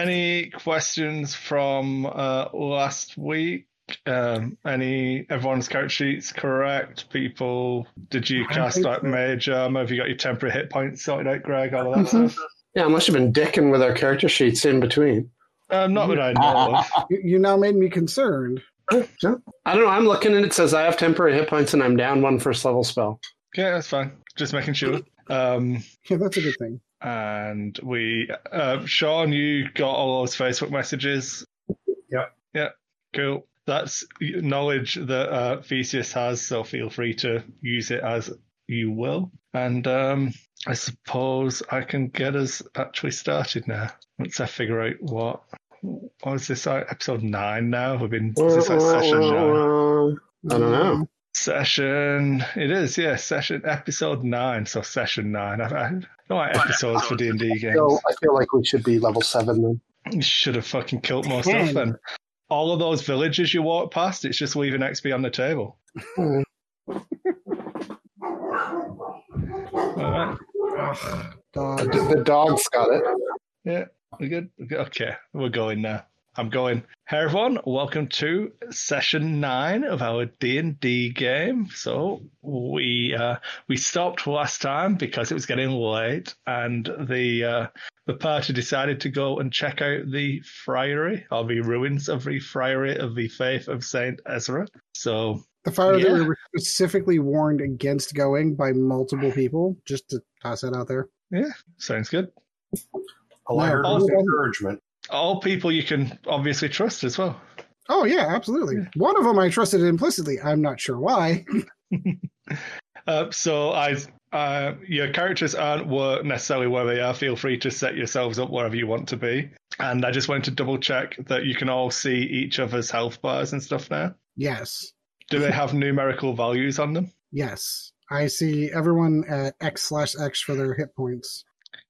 any questions from uh, last week? Um, any everyone's count sheets correct? People, did you cast like mage armor? Have you got your temporary hit points sorted out, Greg? All of that stuff. Yeah, I must have been dicking with our character sheets in between. Um, not that I know of. You, you now made me concerned. I don't know. I'm looking and it says I have temporary hit points and I'm down one first level spell. Yeah, that's fine. Just making sure. Um, Yeah, that's a good thing. and we, uh, Sean, you got all those Facebook messages. Yep. Yeah. Cool. That's knowledge that uh, Theseus has, so feel free to use it as you will. And um, I suppose I can get us actually started now. Once I figure out what. What is this? like, Episode 9 now? We've been. Is this like session 9? I don't Um, know. Session. It is, yeah. Session episode nine. So session nine. I, I don't like episodes for D and D games. So I feel like we should be level seven then. You should have fucking killed more stuff. And all of those villages you walk past, it's just leaving XP on the table. Hmm. All right. Ugh. Dog. The dog's got it. Yeah. We good. We good? Okay. We're going now. I'm going. Hey everyone, welcome to session nine of our D and D game. So we uh, we stopped last time because it was getting late, and the uh, the party decided to go and check out the friary or the ruins of the friary of the faith of Saint Ezra. So The fire that we Yeah. were specifically warned against going by multiple people, just to toss that out there. sounds good. A liar No. is encouragement. All people you can obviously trust as well. Oh, yeah, absolutely. One of them I trusted implicitly. I'm not sure why. Uh, so I, uh, your characters aren't where, necessarily where they are. Feel free to set yourselves up wherever you want to be. And I just wanted to double check that you can all see each other's health bars and stuff now. Yes, Do they have numerical values on them? yes. I see everyone at X slash X for their hit points.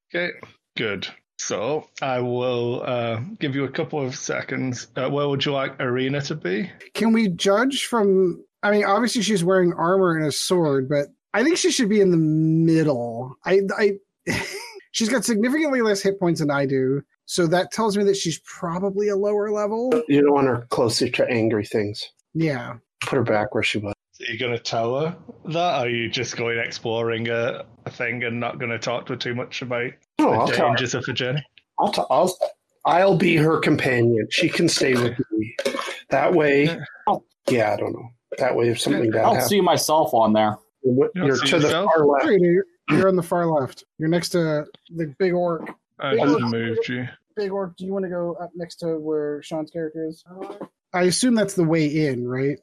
Okay, good. So I will uh, give you a couple of seconds. Uh, where would you like Arena to be? Can we judge from? I mean, obviously she's wearing armor and a sword, but I think she should be in the middle. I, I, she's got significantly less hit points than I do, so that tells me that she's probably a lower level. You don't want her closer to angry things. Yeah, Put her back where she was. Are you going to tell her that? Or are you just going exploring a, a thing and not going to talk to her too much about No, the Oh, I'll tell her. dangers of the journey? I'll, t- I'll, I'll be her companion. She can stay with me. That way, yeah, I don't know. That way, if something bad I don't happens, Oh, see myself on there. you're don't see to the yourself? far left. Sorry, dude, you're on the far left. You're next to the big orc. I Yeah. just moved you. Big orc, do you want to go up next to where Sean's character is? I assume that's the way in, right?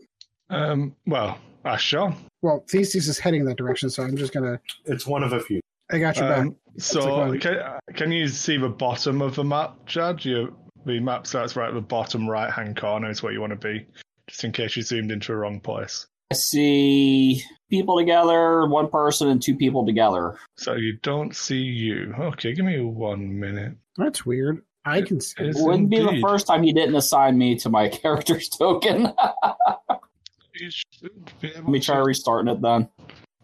Um, well, I shall. Well, Theseus is heading that direction, so I'm just gonna. It's one of a few. I got your back. Um, so, It's can, can you see the bottom of the map, Chad? You, the map starts right at the bottom right hand corner, is where you want to be, just in case you zoomed into the wrong place. I see people together, one person and two people together. So, you don't see you. Okay, give me one minute. That's weird. I can see. It It is wouldn't be the indeed. first time he didn't assign me to my character's token. You should be able Let me try restarting it then.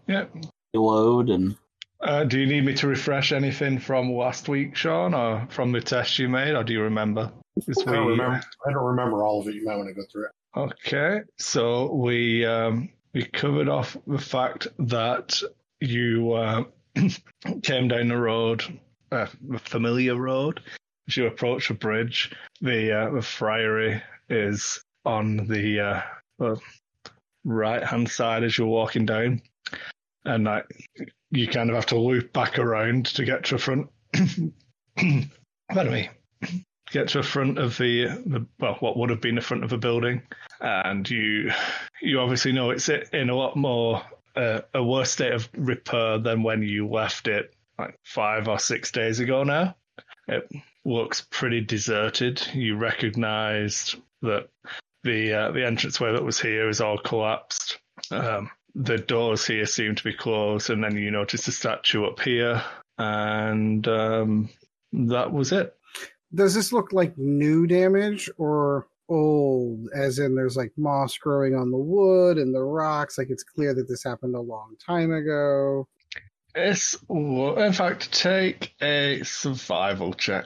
Yep. Reload and Uh, do you need me to refresh anything from last week, Sean, or from the test you made, or do you remember? 'Cause I don't we- remember. I don't remember all of it. You might want to go through it. Okay, so we um, we covered off the fact that you uh, came down the road, uh, the familiar road. As you approach a bridge, the uh, the friary is on the uh, right hand side as you're walking down, and like you kind of have to loop back around to get to the front. Pardon me. Get to the front of the, the well, what would have been the front of a building and you you obviously know it's in a lot more uh, a worse state of repair than when you left it like five or six days ago now it looks pretty deserted you recognized that the uh, the entranceway that was here is all collapsed um, the doors here seem to be closed and then you notice the statue up here and um, that was it Does this look like new damage or old? As in, there's like moss growing on the wood and the rocks. Like it's clear that this happened a long time ago. it's in fact take a survival check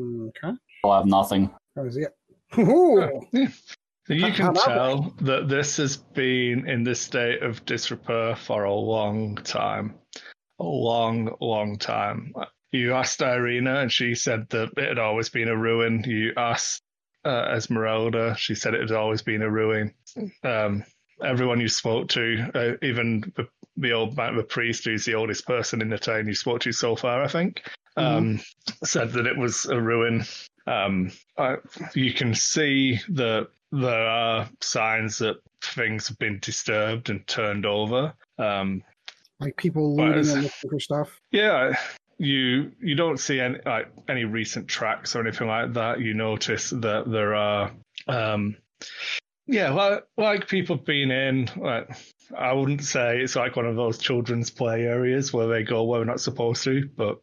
Okay. I'll have nothing. That was it. Ooh. You How- can how about tell that this has been in this state of disrepair for a long time. A long, long time. You asked Irina, and she said that it had always been a ruin. You asked uh, Esmeralda, she said it had always been a ruin. Um, everyone you spoke to, uh, even the, the old man, the priest, who's the oldest person in the town you spoke to so far, I think, um, said that it was a ruin. Um, I, you can see that there are signs that things have been disturbed and turned over. Um, Like people Well, looting it's- and looking for stuff. yeah, you you don't see any like any recent tracks or anything like that. You notice that there are, um, yeah, like, like people being in. Like, I wouldn't say it's like one of those children's play areas where they go where we're not supposed to, but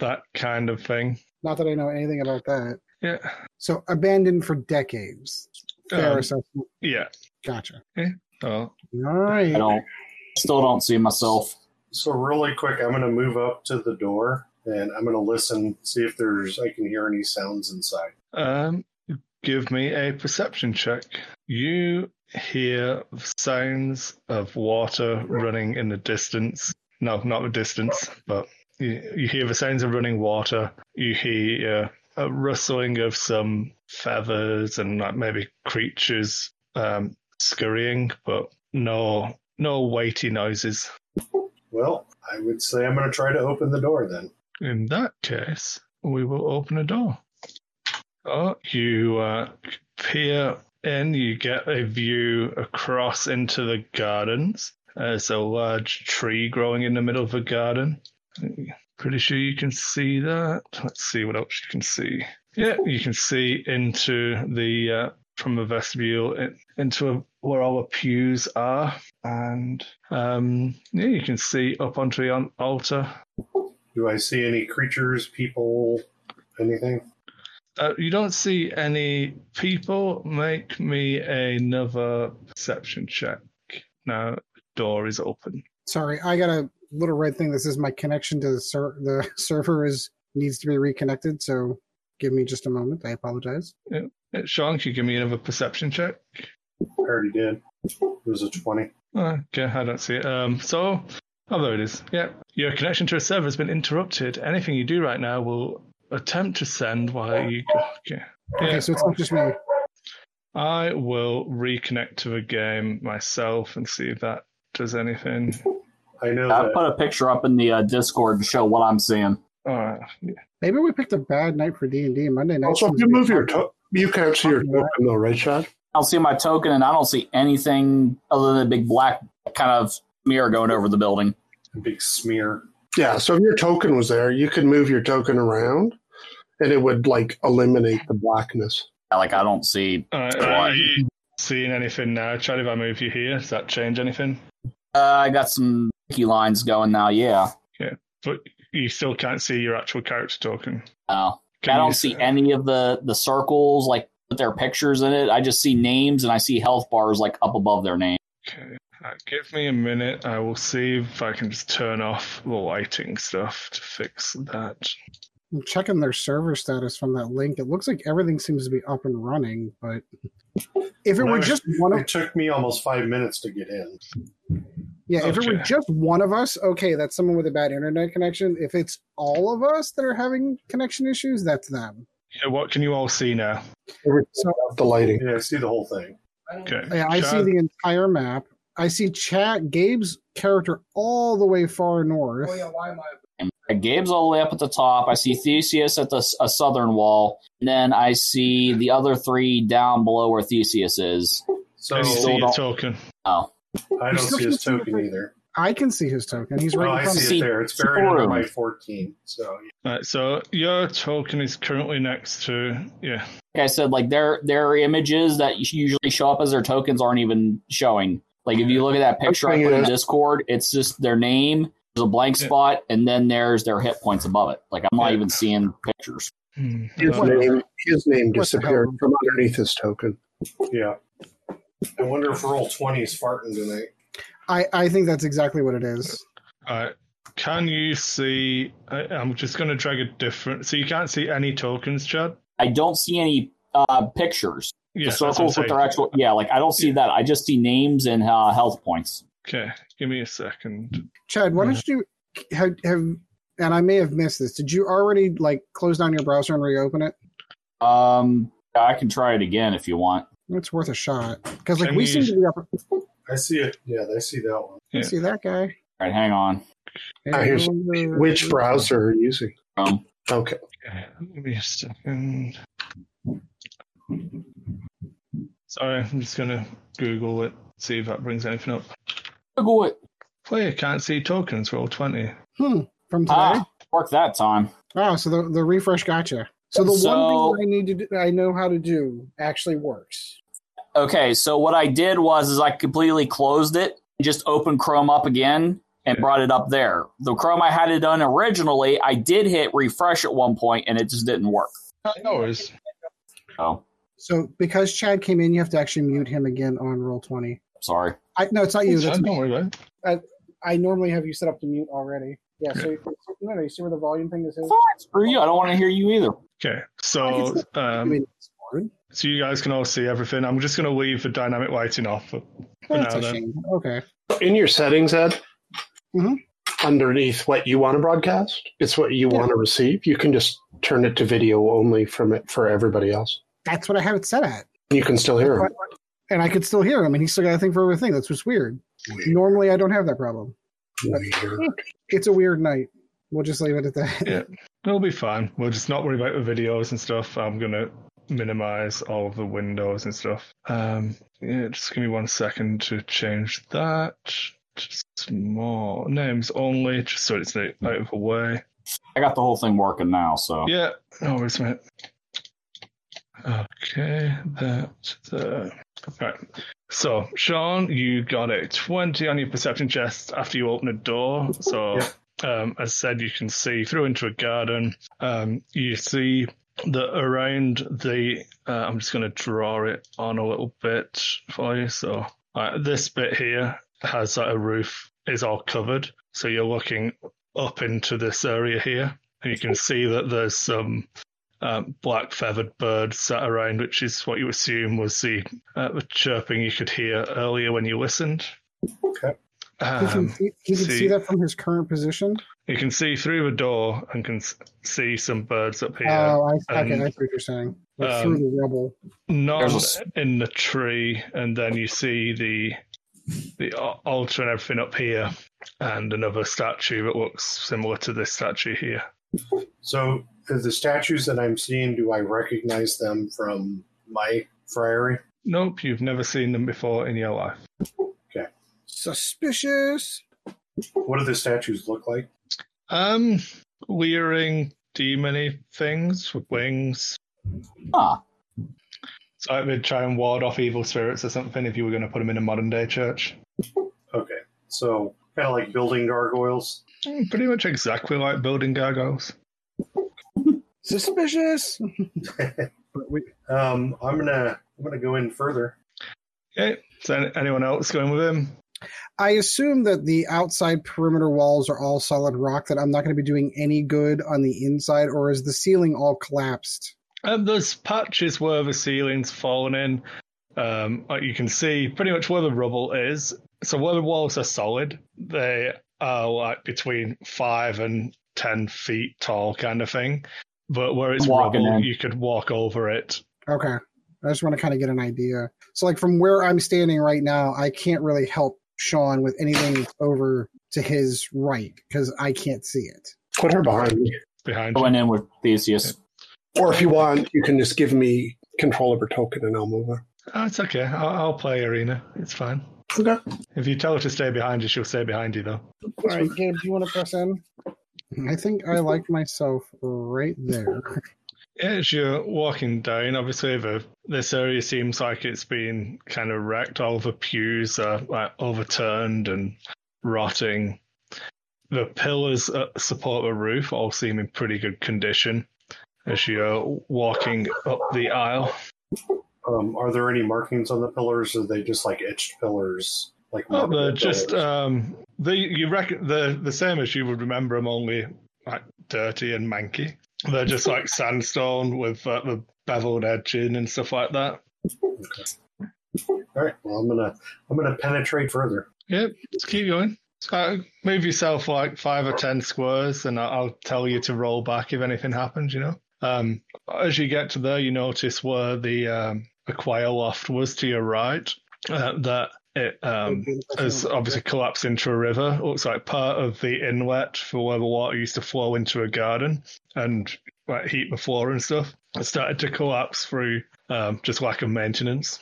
that kind of thing. Not that I know anything about that. Yeah, So abandoned for decades. Fair Um, assessment. yeah. Gotcha. Oh, All right. I don't. Still don't see myself. So really quick, I'm going to move up to the door and I'm going to listen, see if there's I can hear any sounds inside. um, give me a perception check. You hear sounds of water running in the distance. No, not the distance, but you, you hear the sounds of running water. You hear a rustling of some feathers and like maybe creatures um, scurrying, but no, no weighty noises. Well, I would say I'm going to try to open the door then. In that case, we will open a door. Oh, you uh, peer in, you get a view across into the gardens. There's a large tree growing in the middle of the garden. Pretty sure you can see that. Let's see what else you can see. Yeah, you can see into the uh, from the vestibule in- into where all the pews are, and um, yeah, you can see up onto the al- altar Do I see any creatures, people, anything? Uh, you don't see any people. Make me another perception check. Now, door is open. Sorry, I got a little red thing that says my connection to the ser- the server is needs to be reconnected. So give me just a moment. I apologize. Uh, Sean, can you give me another perception check? I already did. It was a 20. Uh, Okay, I don't see it. Um, so, oh, there it is. Yep. Your connection to a server has been interrupted. Anything you do right now will attempt to send while you. Okay. Okay, Yeah, so it's not just me. I will reconnect to the game myself and see if that does anything. I know I that. put a picture up in the uh, Discord to show what I'm seeing. All right. Maybe we picked a bad night for D and D. Monday night. Also, if you move your Oh. to- you can't see your token though, right, Sean? I don't see my token, and I don't see anything other than a big black kind of mirror going over the building. Big smear. Yeah. So if your token was there, you could move your token around, and it would like eliminate the blackness. Yeah, Like I don't see. All right. Why? Uh, Are you seeing anything now? Chad, if I move you here, does that change anything? Uh, I got some key lines going now. Yeah. You still can't see your actual character token. Uh, Can I you don't see any of the the circles like with their pictures in it. I just see names and I see health bars like up above their name. Okay. Uh, give me a minute. I will see if I can just turn off the lighting stuff to fix that. I'm checking their server status from that link. It looks like everything seems to be up and running, but if it No, were it's- just one of It took me almost five minutes to get in. yeah, if it were okay. just one of us, okay, that's someone with a bad internet connection. If it's all of us that are having connection issues, that's them. Yeah, what can you all see now? So The lighting. Yeah, I see the whole thing. Okay. yeah, I see Chad, the entire map. I see chat Gabe's character all the way far north. And Gabe's all the way up at the top. I see Theseus at the s- a southern wall, and then I see the other three down below where Theseus is. So can you still see your don't- token? Oh, I don't see his token either. I can see his token. He's Oh, right in I front of see See- it there. It's buried under Forum. my 14. So Right, so your token is currently next to yeah. like I said, like their their images that usually show up as their tokens aren't even showing. Like if you look at that picture I put in Yeah. Discord, it's just their name, there's a blank Yeah. spot, and then there's their hit points above it. Like I'm not Yeah. even seeing pictures. Hmm, His uh, name, his name What the disappeared hell? from underneath his token. yeah, yeah. I wonder if roll 20 is farting tonight. I, I think that's exactly what it is. all right. Can you see? I, I'm just going to drag a different. So you can't see any tokens, Chad. I don't see any uh, pictures. Yeah, The that's what I'm circles with saying. their actual. Yeah, like I don't see that. I just see names and uh, health points. Okay, give me a second. Chad, why don't you have, have and I may have missed this. Did you already like close down your browser and reopen it? Um, I can try it again if you want. It's worth a shot because like Can we we- seem to be up. I see it. Yeah, I see that one. Yeah. See that guy? All right, hang on. Ah, here's- Which browser are you using? Um, Okay. Okay, give me a second. Sorry, I'm just going to Google it, see if that brings anything up. Google it. Player can't see tokens, roll 20. Hmm. From today. Ah, work that time. Oh, so the, the refresh gotcha. So the So- one thing I need to do, I know how to do actually works. Okay, so what I did was is I completely closed it, just opened Chrome up again and brought it up there. The Chrome I had it done originally, I did hit refresh at one point and it just didn't work. No worries. Oh, So because Chad came in, you have to actually mute him again on roll twenty. sorry. I no, it's not you. It's That's fine, me. Don't worry about it. I normally have you set up to mute already. Yeah. So no, no, you see where the volume thing is. Fine, screw you. I don't want to hear you either. Okay, I so can I um, mean, it's fine. so you guys can all see everything. I'm just going to leave the dynamic lighting off. for- for That's now a then. shame. Okay. In your settings, Ed, Mhm. underneath what you want to broadcast, it's what you Yeah. want to receive. You can just turn it to video only from it for everybody else. That's what I have it set at. You can still hear 'em. And I could still hear him, and he's still got a thing for everything. That's what's weird. Normally, I don't have that problem. Weird. It's a weird night. We'll just leave it at that. Yeah. It'll be fine. We'll just not worry about the videos and stuff. I'm going to minimize all of the windows and stuff. Um, yeah, just give me one second to change that. Just more names only, just so it's out of the way. I got the whole thing working now, so Yeah, no worries, mate. Okay, that there. Right. So, Sean, you got a 20 on your perception chest after you open a door. So, um, as said, you can see through into a garden. Um, you see that around the. Uh, I'm just going to draw it on a little bit for you. So, uh, this bit here has uh, a roof, is all covered. So, you're looking up into this area here, and you can see that there's some um, black feathered birds sat around, which is what you assume was the, uh, the chirping you could hear earlier when you listened. Okay. He can, Um, see, he can see see. that from his current position. you can see through the door and can s- see some birds up here. Oh, I, okay, And- I see what you're saying. Like um, through the rubble. None There's a s- in the tree, and then you see the the al- altar and everything up here, and another statue that looks similar to this statue here. So uh, the statues that I'm seeing, do I recognize them from my friary? Nope, you've never seen them before in your life. Suspicious. What do the statues look like? Um, leering demony things with wings. huh. So I would try and ward off evil spirits or something if you were going to put them in a modern day church. Okay, so kind of like building gargoyles. Mm, Pretty much exactly like building gargoyles. Suspicious. but we, Um, I'm gonna I'm gonna go in further. Okay, so any- anyone else going with him? I assume that the outside perimeter walls are all solid rock, that I'm not going to be doing any good on the inside, or is the ceiling all collapsed? Um, there's patches where the ceiling's fallen in. Um, like you can see pretty much where the rubble is. So where the walls are solid, they are like between five and ten feet tall, kind of thing. But where it's I'm walking rubble, in. you could walk over it. Okay. I just want to kind of get an idea. So, like, from where I'm standing right now, I can't really help Sean with anything over to his right because I can't see it. Put her behind me. behind you. Going in with Theseus. Or if you want, you can just give me control of her token and I'll move her. Oh, it's okay. I'll, I'll play arena. It's fine. Okay. If you tell her to stay behind you, she'll stay behind you, though. All right, Gabe, do you want to press in? I think I like myself right there. As you're walking down, obviously the, this area seems like it's been kind of wrecked. All the pews are like overturned and rotting. The pillars that support the roof all seem in pretty good condition. As you're walking up the aisle, Um, are there any markings on the pillars? Or are they just like etched pillars Like Uh, Oh, Marvel they're just does. um, they you reckon they're the same as you would remember them, only like dirty and manky. They're just like sandstone with uh, the beveled edging and stuff like that. All right. Well, I'm gonna I'm gonna penetrate further. Yep, just keep going. So move yourself like five or ten squares, and I- I'll tell you to roll back if anything happens. You know, um, as you get to there, you notice where the um, acquire loft was to your right. Uh, that it um, has obviously collapsed into a river. Looks like part of the inlet for where the water used to flow into a garden and like heat the floor and stuff. It started to collapse through um, just lack of maintenance.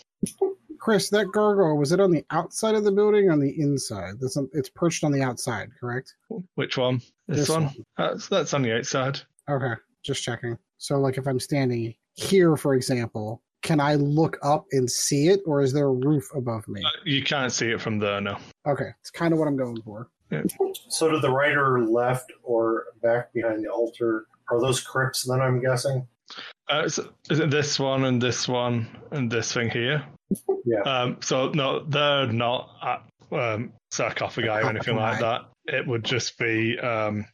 Chris, that gargoyle was it on the outside of the building, or on the inside? That's on, it's perched on the outside, correct? Which one? This, This one. one. That's that's on the outside. Okay, just checking. So, like, if I'm standing here, for example, can I look up and see it, or is there a roof above me? Uh, You can't see it from there, no. Okay, it's kind of what I'm going for. So to the right or left or back behind the altar are those crypts? Then I'm guessing. Uh, so- is it this one and this one and this thing here? Yeah. Um, so no, they're not uh, um, sarcophagi or anything like that. It would just be um,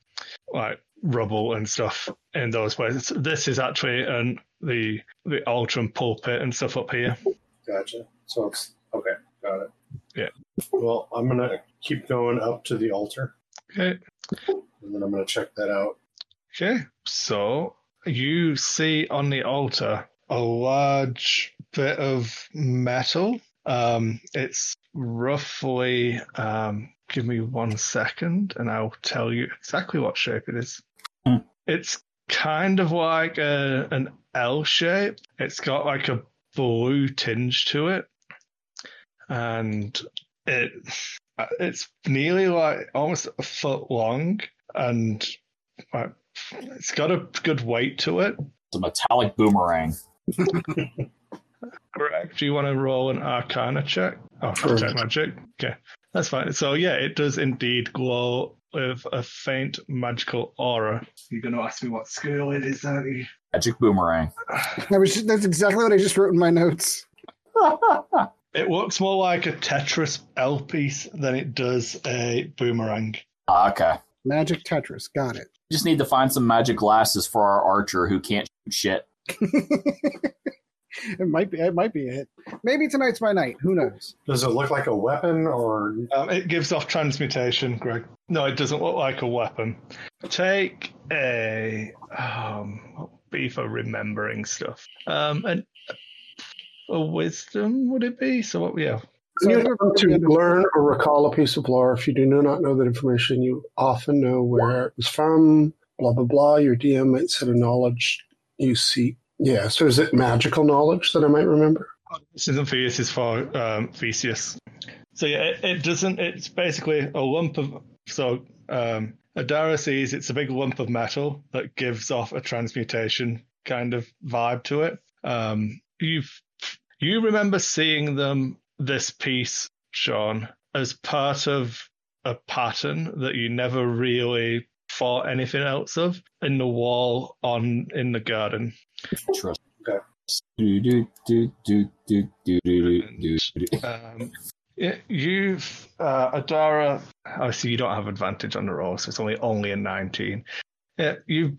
like rubble and stuff in those places. This is actually an the the altar and pulpit and stuff up here. Gotcha. So it's okay. Got it. Yeah. Well, I'm gonna keep going up to the altar, Okay. and then I'm gonna check that out. Okay. So you see on the altar a large bit of metal. Um, it's roughly, um, give me one second and I'll tell you exactly what shape it is. Hmm. It's kind of like a, an L shape, it's got like a blue tinge to it. And it uh, it's nearly like almost a foot long and like, it's got a good weight to it. It's a metallic boomerang. Correct. Do you want to roll an Arcana check? Oh, Sure. check magic. Okay, that's fine. So yeah, it does indeed glow with a faint magical aura. You're going to ask me what skill it is, aren't you? Magic boomerang. That was just, that's exactly what I just wrote in my notes. Ah, It looks more like a Tetris L piece than it does a boomerang. Ah, okay. Magic Tetris, got it. Just need to find some magic glasses for our archer who can't shoot shit. It might be. It might be it. Maybe tonight's my night. Who knows? Does it look like a weapon or Um, it gives off transmutation, Greg. No, it doesn't look like a weapon. Take a um, what would be for remembering stuff. Um, an, a wisdom would it be? So what? Yeah, So you I know do to remember- learn or recall a piece of lore. If you do not know that information, you often know where it was from. Blah blah blah. Your DM might set a knowledge you seek. Yeah. So is it magical knowledge that I might remember? This isn't for you, this is for um, Theseus. So yeah, it, it doesn't. It's basically a lump of so. Um, Adara sees it's a big lump of metal that gives off a transmutation kind of vibe to it. Um, you you remember seeing them this piece, Sean, as part of a pattern that you never really thought anything else of in the wall on in the garden. Interesting. Okay. Do, do, do, do, do, do, do, do, do. Um, yeah, you've uh, Adara. I see you don't have advantage on the roll, so it's only only a nineteen. Yeah, you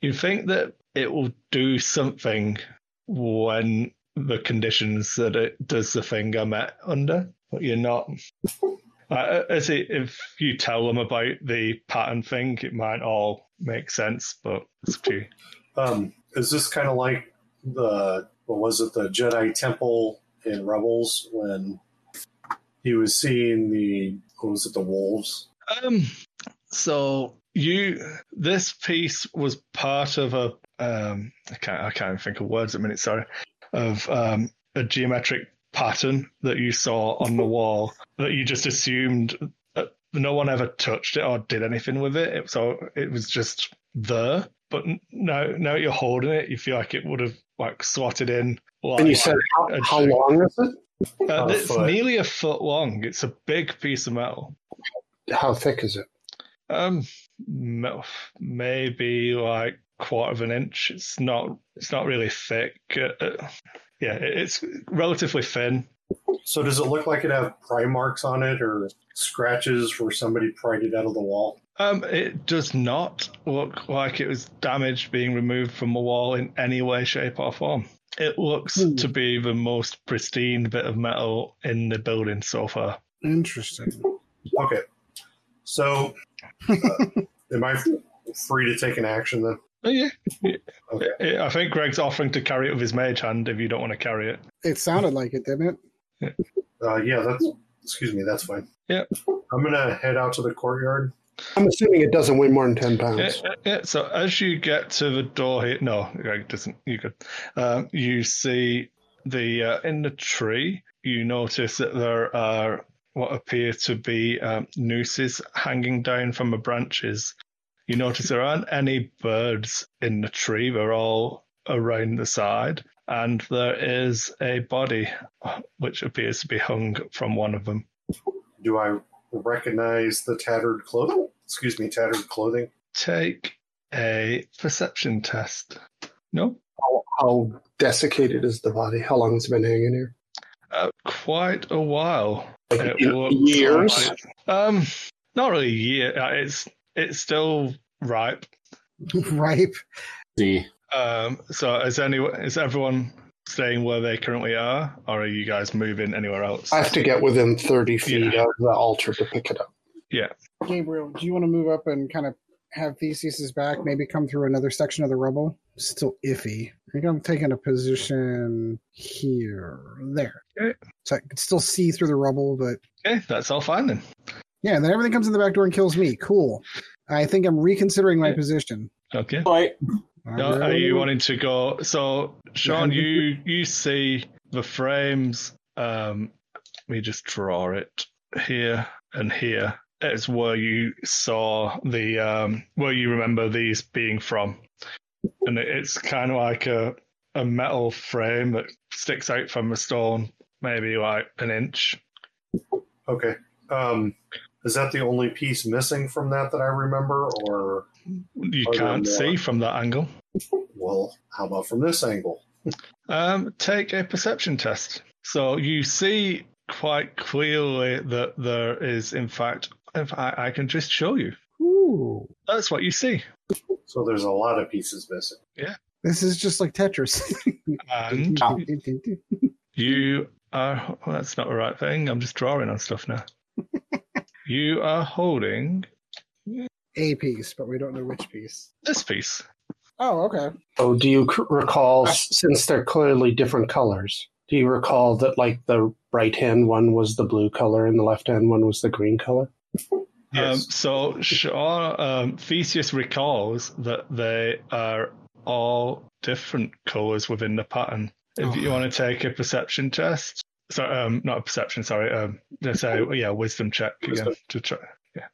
you think that it will do something when the conditions that it does the thing are met under, but you're not. Uh, I see if you tell them about the pattern thing, it might all make sense, but it's up to you. um, is this kind of like the what was it the Jedi Temple in Rebels when he was seeing the what was it the wolves? Um. So you, this piece was part of a. Um, I can't. I can't think of words at the minute. Sorry. Of um, a geometric pattern that you saw on the wall that you just assumed uh, no one ever touched it or did anything with it. it so it was just there. But n- now, now you're holding it, you feel like it would have like slotted in. Like, And you said how, how long is it? uh, a it's foot. nearly a foot long. It's a big piece of metal. How thick is it? Um, m- maybe like quarter of an inch. It's not. It's not really thick. Uh, uh, yeah, it- it's relatively thin. So does it look like it have pry marks on it or scratches where somebody pried it out of the wall? Um, it does not look like it was damaged being removed from a wall in any way, shape, or form. It looks Hmm. to be the most pristine bit of metal in the building so far. Interesting. Okay. So uh, am I f- free to take an action then? Oh, yeah. Okay. I- I think Greg's offering to carry it with his mage hand if you don't want to carry it. It sounded like it, didn't it? Uh, yeah, that's excuse me, that's fine. Yeah. I'm gonna head out to the courtyard. I'm assuming it doesn't weigh more than 10 Yeah, pounds. yeah, yeah. So as you get to the door here, no, Greg doesn't. You could. Um, you see the uh, in the tree. You notice that there are what appear to be um, nooses hanging down from the branches. You notice there aren't any birds in the tree. They're all around the side, and there is a body which appears to be hung from one of them. Do I recognize the tattered clothing? Excuse me, tattered clothing. Take a perception test. No, How, how desiccated is the body? How long has it been hanging here? Uh, quite a while. Like It ye- looks years? like it- um, not really year. uh, It's it's still ripe. Ripe. See, Um, so is any is everyone staying where they currently are, or are you guys moving anywhere else? I have to get within 30 feet of the altar to pick it up. Gabriel, do you want to move up and kind of have Theseus's back? Maybe come through another section of the rubble. Still iffy. I think I'm taking a position here, there, Okay. so I can still see through the rubble. But okay, that's all fine then. yeah, and then everything comes in the back door and kills me. Cool. I think I'm reconsidering my Yeah. position. Okay. but No, are you wanting to go? So, Sean, Yeah. you you see the frames. Um, let me just draw it here and here. It's where you saw the um, where you remember these being from, and it- it's kind of like a a metal frame that sticks out from the stone, maybe like an inch. Okay. Um, is that the only piece missing from that that I remember, or You Oh, yeah, can't more. see from that angle. well, how about from this angle? Um, take a perception test. So you see quite clearly that there is, in fact, if I, I can just show you. Ooh, That's what you see. So there's a lot of pieces missing. this is just like Tetris. And you are, well, that's not the right thing. I'm just drawing on stuff now. you are holding A piece, but we don't know which piece. this piece. Oh, okay. Oh, do you c- recall, s- since they're clearly different colors, do you recall that like the right hand one was the blue color and the left hand one was the green color? Um, Yes. so Shaw, um, Theseus recalls that they are all different colors within the pattern. If you Oh. want to take a perception test, so um, not a perception, sorry, um, let's say yeah, wisdom check again Wisdom. to try. Yeah.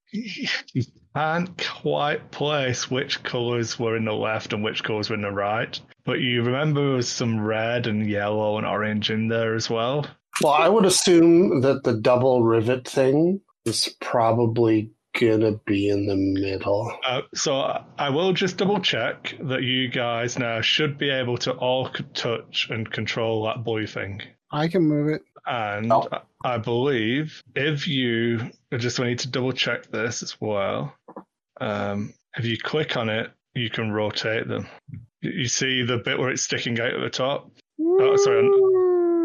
You can't quite place which colors were in the left and which colors were in the right, but you remember there was some red and yellow and orange in there as well. Well, I would assume that the double rivet thing is probably gonna be in the middle. Uh, so I- I will just double check that you guys now should be able to all c- touch and control that boy thing. I can move it. And Oh. I I believe if you I just need to double check this as well. Um, if you click on it, you can rotate them. You- You see the bit where it's sticking out at the top, Oh, sorry,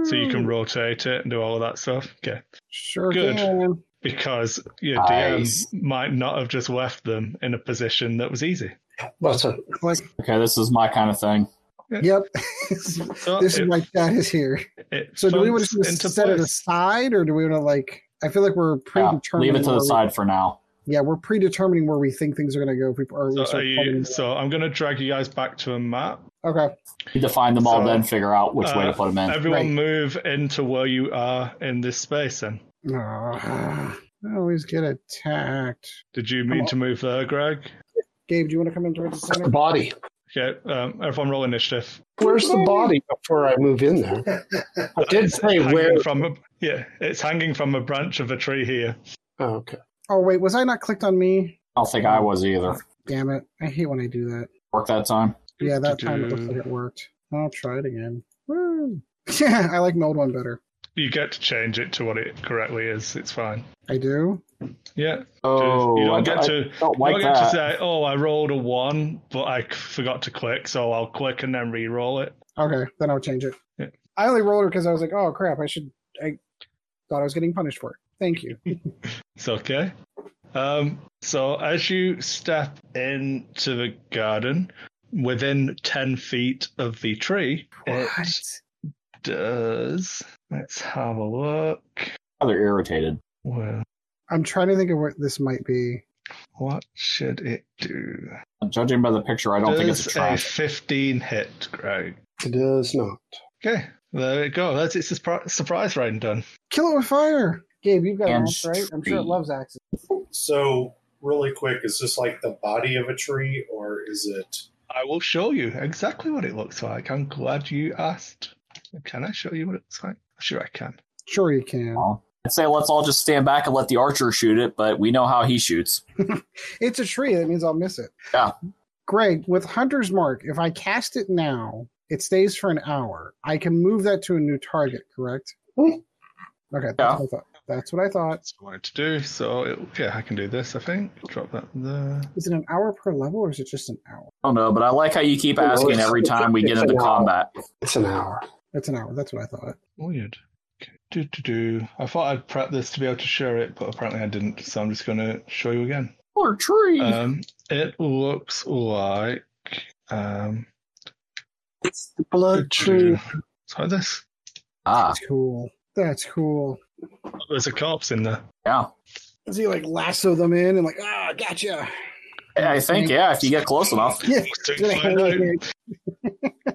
so you Hmm. can rotate it and do all of that stuff. Okay, Sure Good. can. because your Nice. DM might not have just left them in a position that was easy. That's a Click. okay, this is my kind of thing. Yep. So this Oh, it- is like that is here. it So do we want folds to just into set it place. aside, or do we want to like? I feel like we're Yeah, predetermining. leave it to where the we- side for now. Yeah, we're predetermining where we think things are going to go. If we, or we So, start are you- plumbing. so I'm going to drag you guys back to a map. okay. Need to find them all, So, then figure out which way uh, to put them in. Everyone Right. move into where you are in this space then. Ah, I always get attacked. Did you mean on. to move there, Greg? Gabe, do you want to come in towards the the center? body. Okay, um, everyone roll initiative. Where's the body before I move in there? I did say hanging where. From a, yeah, it's hanging from a branch of a tree here. Oh, okay. Oh wait, was I not clicked on me? I don't think I was either. Damn it! I hate when I do that. Work that time. Yeah, that time it looks like it worked. I'll try it again. Woo. Yeah, I like my old one better. You get to change it to what it correctly is. It's fine. I do. Yeah. Oh, you I, don't get I to. don't You like don't get to that. say, "Oh, I rolled a one, but I forgot to click, so I'll click and then re-roll it." Okay, then I'll change it. Yeah. I only rolled it because I was like, oh crap, I should. I thought I was getting punished for it. Thank you. It's okay. Um, so as you step into the garden, within ten feet of the tree, it does. Let's have a look. Rather irritated. Well, I'm trying to think of what this might be. what should it do? Judging by the picture, I don't think it's a does a trash. fifteen hit, Greg? It does not. Okay, there we go. That's its surpri- surprise round done. Kill it with fire. Gabe, you've got an And axe, right? I'm sure it tree. loves axes. So, really quick, is this like the body of a tree, or is it? I will show you exactly what it looks like. I'm glad you asked. Can I show you what it looks like? Sure, I can. Sure, you can. Well, I'd say let's all just stand back and let the archer shoot it, but we know how he shoots. It's a tree. That means I'll miss it. Yeah. Greg, with Hunter's Mark, if I cast it now, it stays for an hour. I can move that to a new target, correct? Hmm. Okay, that's Yeah. what I thought. That's what I thought. That's what I wanted to do. So it, yeah, I can do this. I think drop that there. Is it an hour per level or is it just an hour? I don't know, but I like how you keep Well, asking it's- every time we get it's into a lot. combat. It's an hour. It's an hour. That's what I thought. Weird. Okay. Do do do. I thought I'd prep this to be able to share it, but apparently I didn't. So I'm just going to show you again. Or tree. Um, it looks like um. The blood tree. It's like this. ah, That's cool. That's cool. Oh, There's a corpse in there. yeah. Does he like lasso them in and like, ah, gotcha. I think, yeah, if you get close enough. Yeah. Soon find out.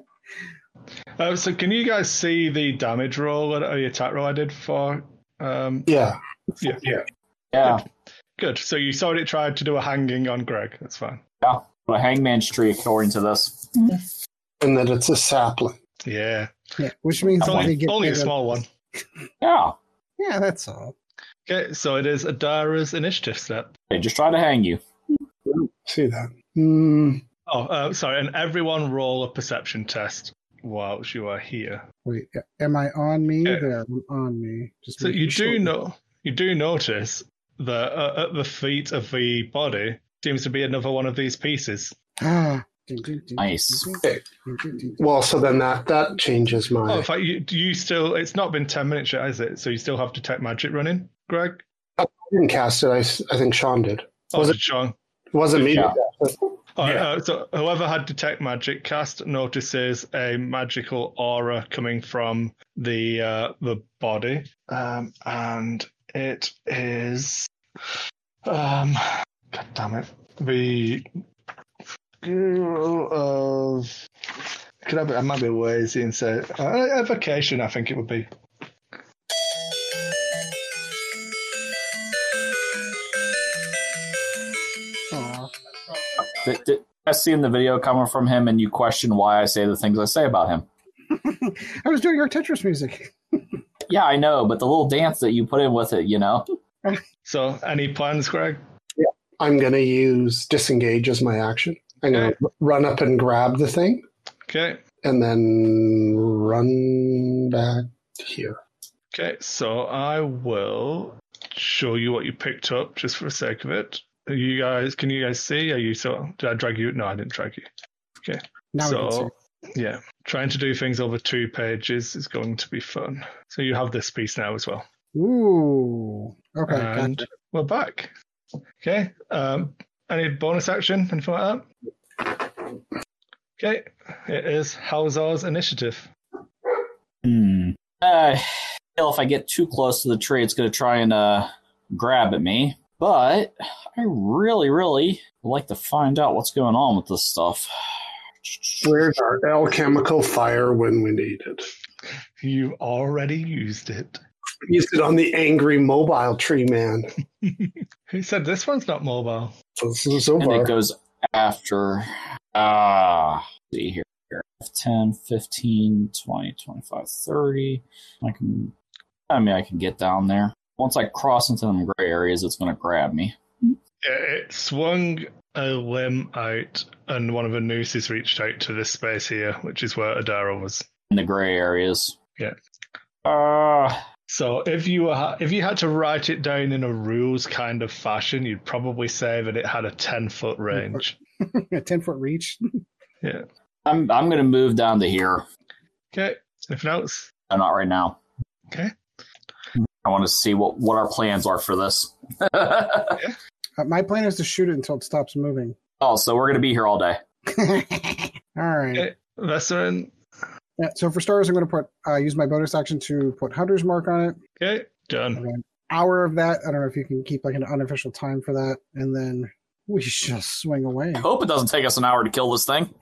Uh, so can you guys see the damage roll or the attack roll I did for um Yeah. Yeah. Good. So you saw it tried to do a hanging on Greg. That's fine. A hangman's tree, according to this. And that it's a sapling. Yeah. Yeah, which means It's Someone they only, get only a bigger. small one. Yeah. Yeah, that's all. Okay, so it is Adara's initiative step. They just try to hang you. See that? Hmm. Oh, uh, sorry, and everyone roll a perception test whilst you are here. Wait, am I on me? Yeah. There, I'm on me. Just So making you sure. do know you do notice that uh, at the feet of the body seems to be another one of these pieces. Ah. Nice. Well, so then that that changes my. Oh, in fact, you, do you still it's not been ten minutes yet, has it? So you still have detect magic running, Greg. I didn't cast it. I, s- I think Sean did. Oh, Was was it Sean? It wasn't me. Yeah. All right, Yeah. uh, so whoever had detect magic cast notices a magical aura coming from the uh, the body, um, and it is, um, God damn it, the girl of. Could I, be, I might be lazy and say uh, evocation. I think it would be. Aw. Th- th- I see in the video coming from him, and you question why I say the things I say about him. I was doing our Tetris music. Yeah, I know, but the little dance that you put in with it, you know? So, any plans, Greg? I'm going to use disengage as my action. I'm going to run up and grab the thing Okay, and then run back here. Okay, so I will show you what you picked up just for the sake of it. Are you guys, can you guys see? Are you so? Did I drag you? No, I didn't drag you. Now we can see. so, yeah, trying to do things over two pages is going to be fun. So you have this piece now as well, Ooh. Okay. and gotcha. we're back. Okay. Um, any bonus action? Anything like that? Okay, it is Halzar's initiative. Hmm. Uh, hell, if I get too close to the tree, it's going to try and uh, grab at me. But I really, really would like to find out what's going on with this stuff. Where's our alchemical fire when we need it? You already used it. Used it on the angry mobile tree man. Who said this one's not mobile? So, so, so And far. it goes after. Ah, see here. here. 10, 15, 20, 25, 30. I can. I mean, I can get down there. Once I cross into them gray areas, it's going to grab me. It swung a limb out, and one of the nooses reached out to this space here, which is where Adara was. In the gray areas. Yeah. Uh, So if you ha- if you had to write it down in a rules kind of fashion, you'd probably say that it had a ten foot range. a 10 foot reach. I'm I'm gonna move down to here. Okay. Anything else? No, not right now. Okay. I want to see what what our plans are for this. Uh, my plan is to shoot it until it stops moving. oh, so we're gonna be here all day. All right. Okay. Vesserin. Yeah, so for stars, I'm going to put uh, use my bonus action to put Hunter's Mark on it. Okay. Done. Okay. Hour of that. I don't know if you can keep like an unofficial time for that, and then we shall swing away. I hope it doesn't take us an hour to kill this thing.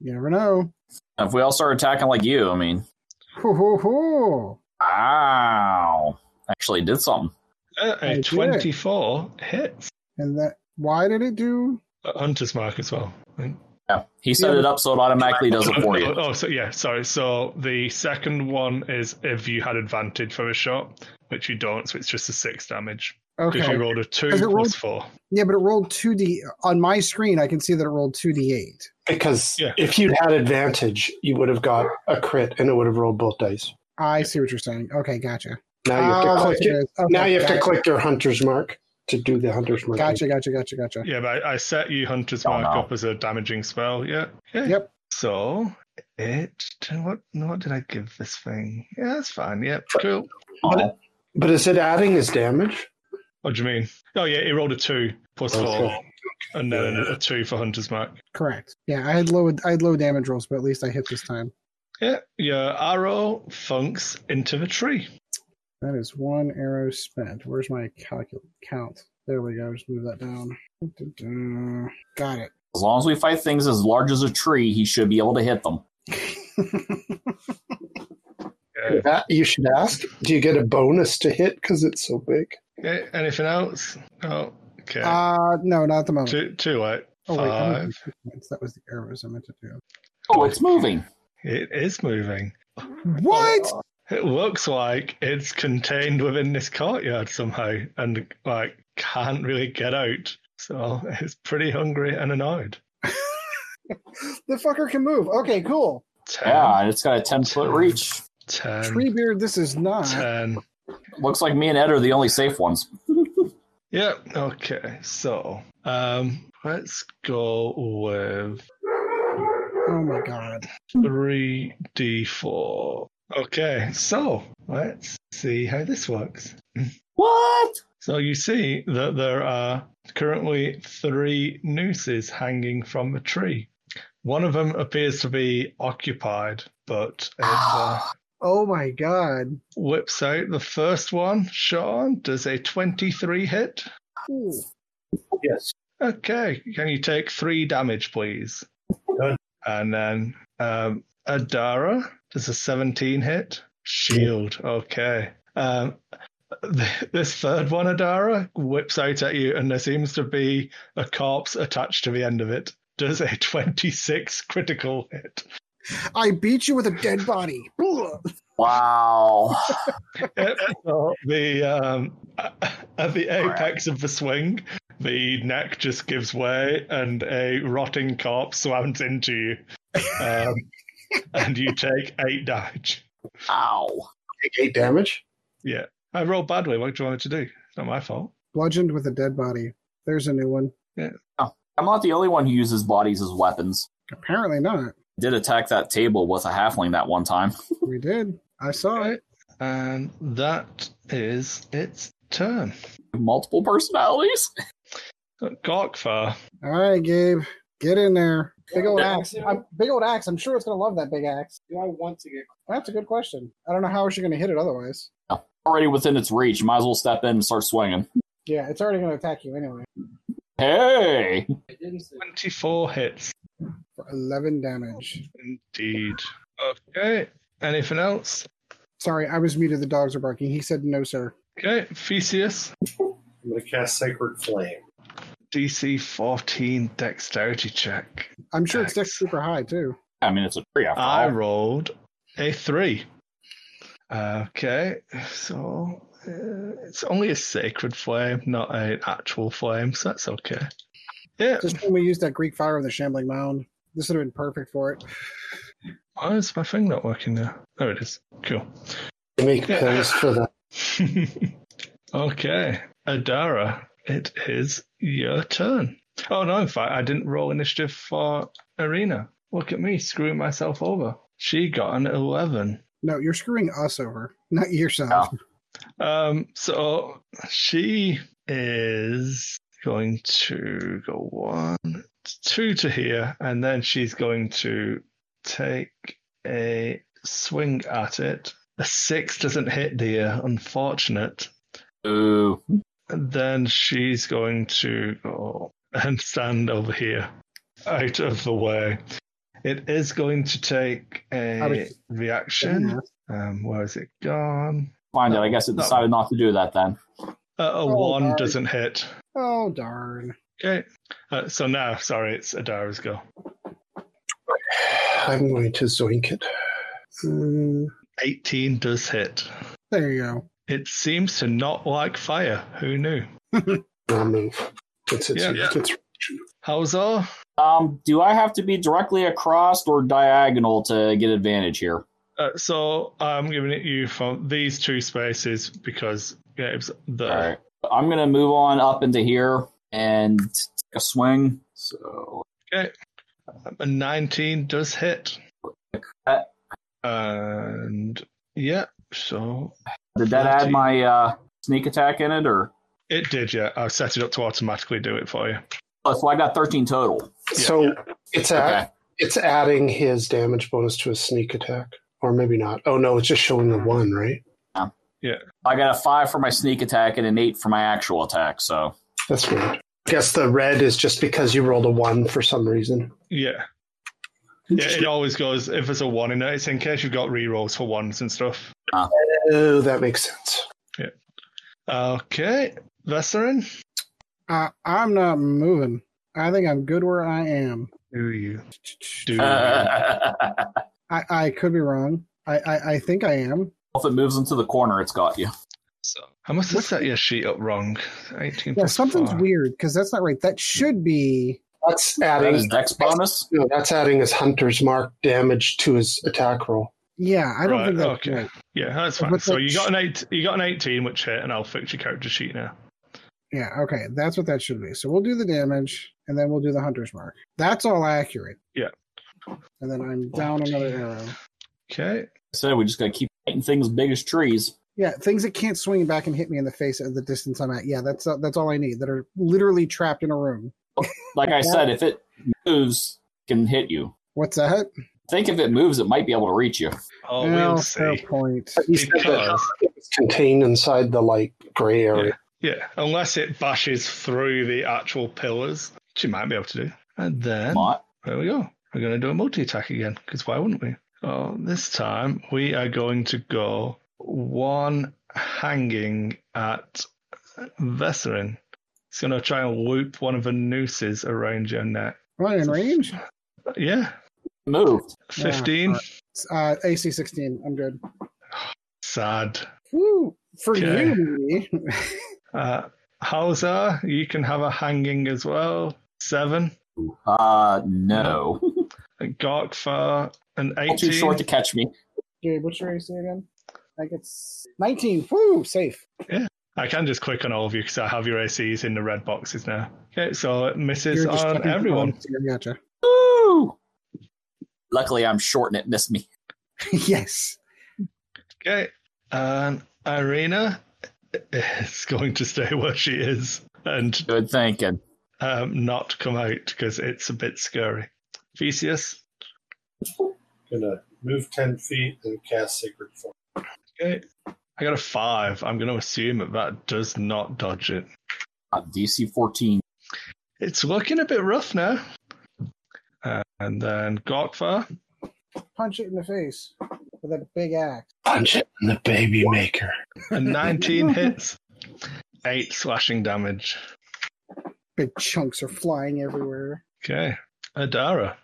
You never know. If we all start attacking like you, I mean, Ho ho ho! ow! Actually, did something. Uh, I a did. twenty four hits. And that why did it do? Uh, Hunter's mark as well. I think. Yeah, he set Yeah. it up so it automatically does it Oh, for you. oh, so yeah, sorry. So the second one is if you had advantage for a shot, which you don't, so it's just a six damage. If Okay. you rolled a two Has it plus rolled- four. Yeah, but it rolled two d uh, on my screen. I can see that it rolled two d eight. Because Yeah. if you had advantage, you would have got a crit and it would have rolled both dice. I see what you're saying. Okay, gotcha. Now you have to Ah, click there it. it is. Okay, Now you have got to it. click your hunter's mark to do the hunter's mark. Gotcha, gotcha, gotcha, gotcha. Yeah, but I, I set you Hunter's Oh, mark no. up as a damaging spell. Yeah. yeah. Yep. So it. What what did I give this thing? Yeah, that's fine. Yep. Cool. Oh, But is it adding his damage? What do you mean? Oh yeah, he rolled a two plus four, Okay. and then a two for Hunter's mark. Correct. Yeah, I had low I had low damage rolls, but at least I hit this time. Yeah, your arrow funks into the tree. That is one arrow spent. Where's my calcul- count? There we go. Just move that down. Dun-dun-dun. Got it. as long as we fight things as large as a tree, he should be able to hit them. Yeah. That you should ask. Do you get a bonus to hit because it's so big? Okay, Anything else? Oh, okay. Uh no, not at the moment. Two, two out. Oh wait, I'm gonna do Five. two points. that was the arrows I meant to do. Oh, it's moving. It is moving. What? It looks like it's contained within this courtyard somehow, and like can't really get out. So it's pretty hungry and annoyed. The fucker can move. Okay, cool. Ten, Yeah, and it's got a ten foot reach. ten, Tree beard, this is not. ten. Looks like me and Ed are the only safe ones. Yeah. Okay. So, um, let's go with Oh my god. three d four. Okay. So let's see how this works. What? So you see that there are currently three nooses hanging from a tree. One of them appears to be occupied, but it uh, Oh my god. whips out the first one. Sean does a 23 hit. Ooh. Yes. Okay, can you take three damage, please? Done. And then um, Adara does a 17 hit. Shield, okay. Um, th- this third one, Adara, whips out at you, and there seems to be a corpse attached to the end of it. Does a 26 critical hit. I beat you with a dead body. Ugh. Wow. Yep. So the um, at the apex of the swing, the neck just gives way, and a rotting corpse slams into you, um, and you take eight damage. Ow. Take eight damage. I rolled badly. What do you want me to do? It's not my fault. Bludgeoned with a dead body. There's a new one. I'm not the only one who uses bodies as weapons. Apparently not. Did attack that table with a halfling that one time. We did. I saw it. And that is its turn. Multiple personalities. Gorkfar. All right, Gabe, get in there. Big old axe. I'm, big old axe. I'm sure it's gonna love that big axe. Do I want to get? That's a good question. I don't know how she gonna hit it otherwise. Already within its reach. Might as well step in and start swinging. Yeah, it's already gonna attack you anyway Hey. I didn't say. 24 hits. for 11 damage. Indeed. Okay. Anything else? Sorry, I was muted. The dogs are barking. He said no, sir. Okay. Theseus. I'm going to cast Sacred Flame. DC 14 dexterity check. I'm sure it's dex Axe. super high too. I mean, it's a tree after I all. rolled a three. Okay, so uh, it's only a sacred flame, not an actual flame, so that's okay. Yeah, Just when we used that Greek fire on the shambling mound, this would have been perfect for it. why is my thing not working now? There it is. Cool. They make pills for that. okay. Adara, it is your turn. Oh, no, in fact, I didn't roll initiative for Arena. Look at me screwing myself over. She got an 11. No, you're screwing us over, not yourself. Oh. Um, so she is going to go one, two to here, and then she's going to take a swing at it. A six doesn't hit, dear. Unfortunate. Ooh. And then she's going to go and stand over here, out of the way. It is going to take a I was- reaction. Um, where is it gone? Find it. I guess it No. decided not to do that then. Uh, a Oh, one darn. doesn't hit. Oh darn! Okay. Uh, so now, sorry, it's Adara's go. I'm going to zoink it. Mm, 18 does hit. there you go. It seems to not like fire. Who knew? I'll move. It's, it's, Yeah, yeah. it's Halzor? Um, do I have to be directly across or diagonal to get advantage here? Uh, so I'm giving it you from these two spaces because yeah, it was the. All right. I'm going to move on up into here and take a swing. So, A 19 does hit. Uh, And yeah, so did that add Thirteen. my uh, sneak attack in it or? it did, yeah. I've set it up to automatically do it for you. Oh, so I got 13 total. so it's at, Okay. it's adding his damage bonus to his sneak attack, or maybe not. Oh no, it's just showing the one, right? I got a five for my sneak attack and an eight for my actual attack. So, That's weird. Guess the red is just because you rolled a one for some reason. Yeah. Yeah, it always goes if there's a one in it, it's in case you've got rerolls for ones and stuff. Oh, that makes sense. Okay. Vesserin? Uh, I'm not moving. I think I'm good where I am. Do you? Do you? well, I, I could be wrong. I, I, I think I am. if it moves into the corner, it's got you. So I must have set your sheet up wrong. 18 Yeah, plus something's four. weird because that's not right. That should be. That's That is adding. dex bonus. No, that's adding his hunter's mark damage to his attack roll. Yeah, I don't Right, think that's okay. right. Yeah, that's fine. But so the- you got an eight, you got an 18, which hit, and I'll fix your character sheet now. Yeah, okay, that's what that should be. So we'll do the damage, and then we'll do the hunter's mark. That's all accurate. Yeah. And then I'm down another arrow. Okay. So we just got to keep fighting things big as trees. Yeah, things that can't swing back and hit me in the face at the distance I'm at. Yeah, that's uh, that's all I need. That are literally trapped in a room. Like I said, if it moves, it can hit you. What's that? I think if it moves, it might be able to reach you. Oh, Well, we'll fair see. point. But he said that Because- it's contained inside the like gray area. Yeah, unless it bashes through the actual pillars, which you might be able to do. And then Not. there we go. We're going to do a multi attack again because why wouldn't we? Oh, this time we are going to go one hanging at Vesserin. It's going to try and loop one of the nooses around your neck. Am I in range? Yeah, Moved. 15. It's, Uh, AC 16. I'm good. Sad. Woo! For Okay. you, me. Uh, Hauser, you can have a hanging as well. Seven. Uh, no. Gorkfar, an All Too 18. short to catch me. Dude, what's your AC again? I think it's 19. Woo! Safe. I can just click on all of you because I have your ACs in the red boxes now. Okay, so it misses You're just on fucking- everyone. oh, Gotcha. Woo! Luckily, I'm short and it missed me. yes. Okay, and Irina is going to stay where she is and Good thinking. um, not come out because it's a bit scary. Theseus, Gonna move ten feet and cast Sacred Flame. okay. I got a five. I'm going to assume that that does not dodge it. Uh, DC 14. It's looking a bit rough now. Uh, and then Gorkfar. Punch it in the face with a big axe. Punch it in the baby maker. And 19 hits. Eight slashing damage. Big chunks are flying everywhere. Okay. Adara.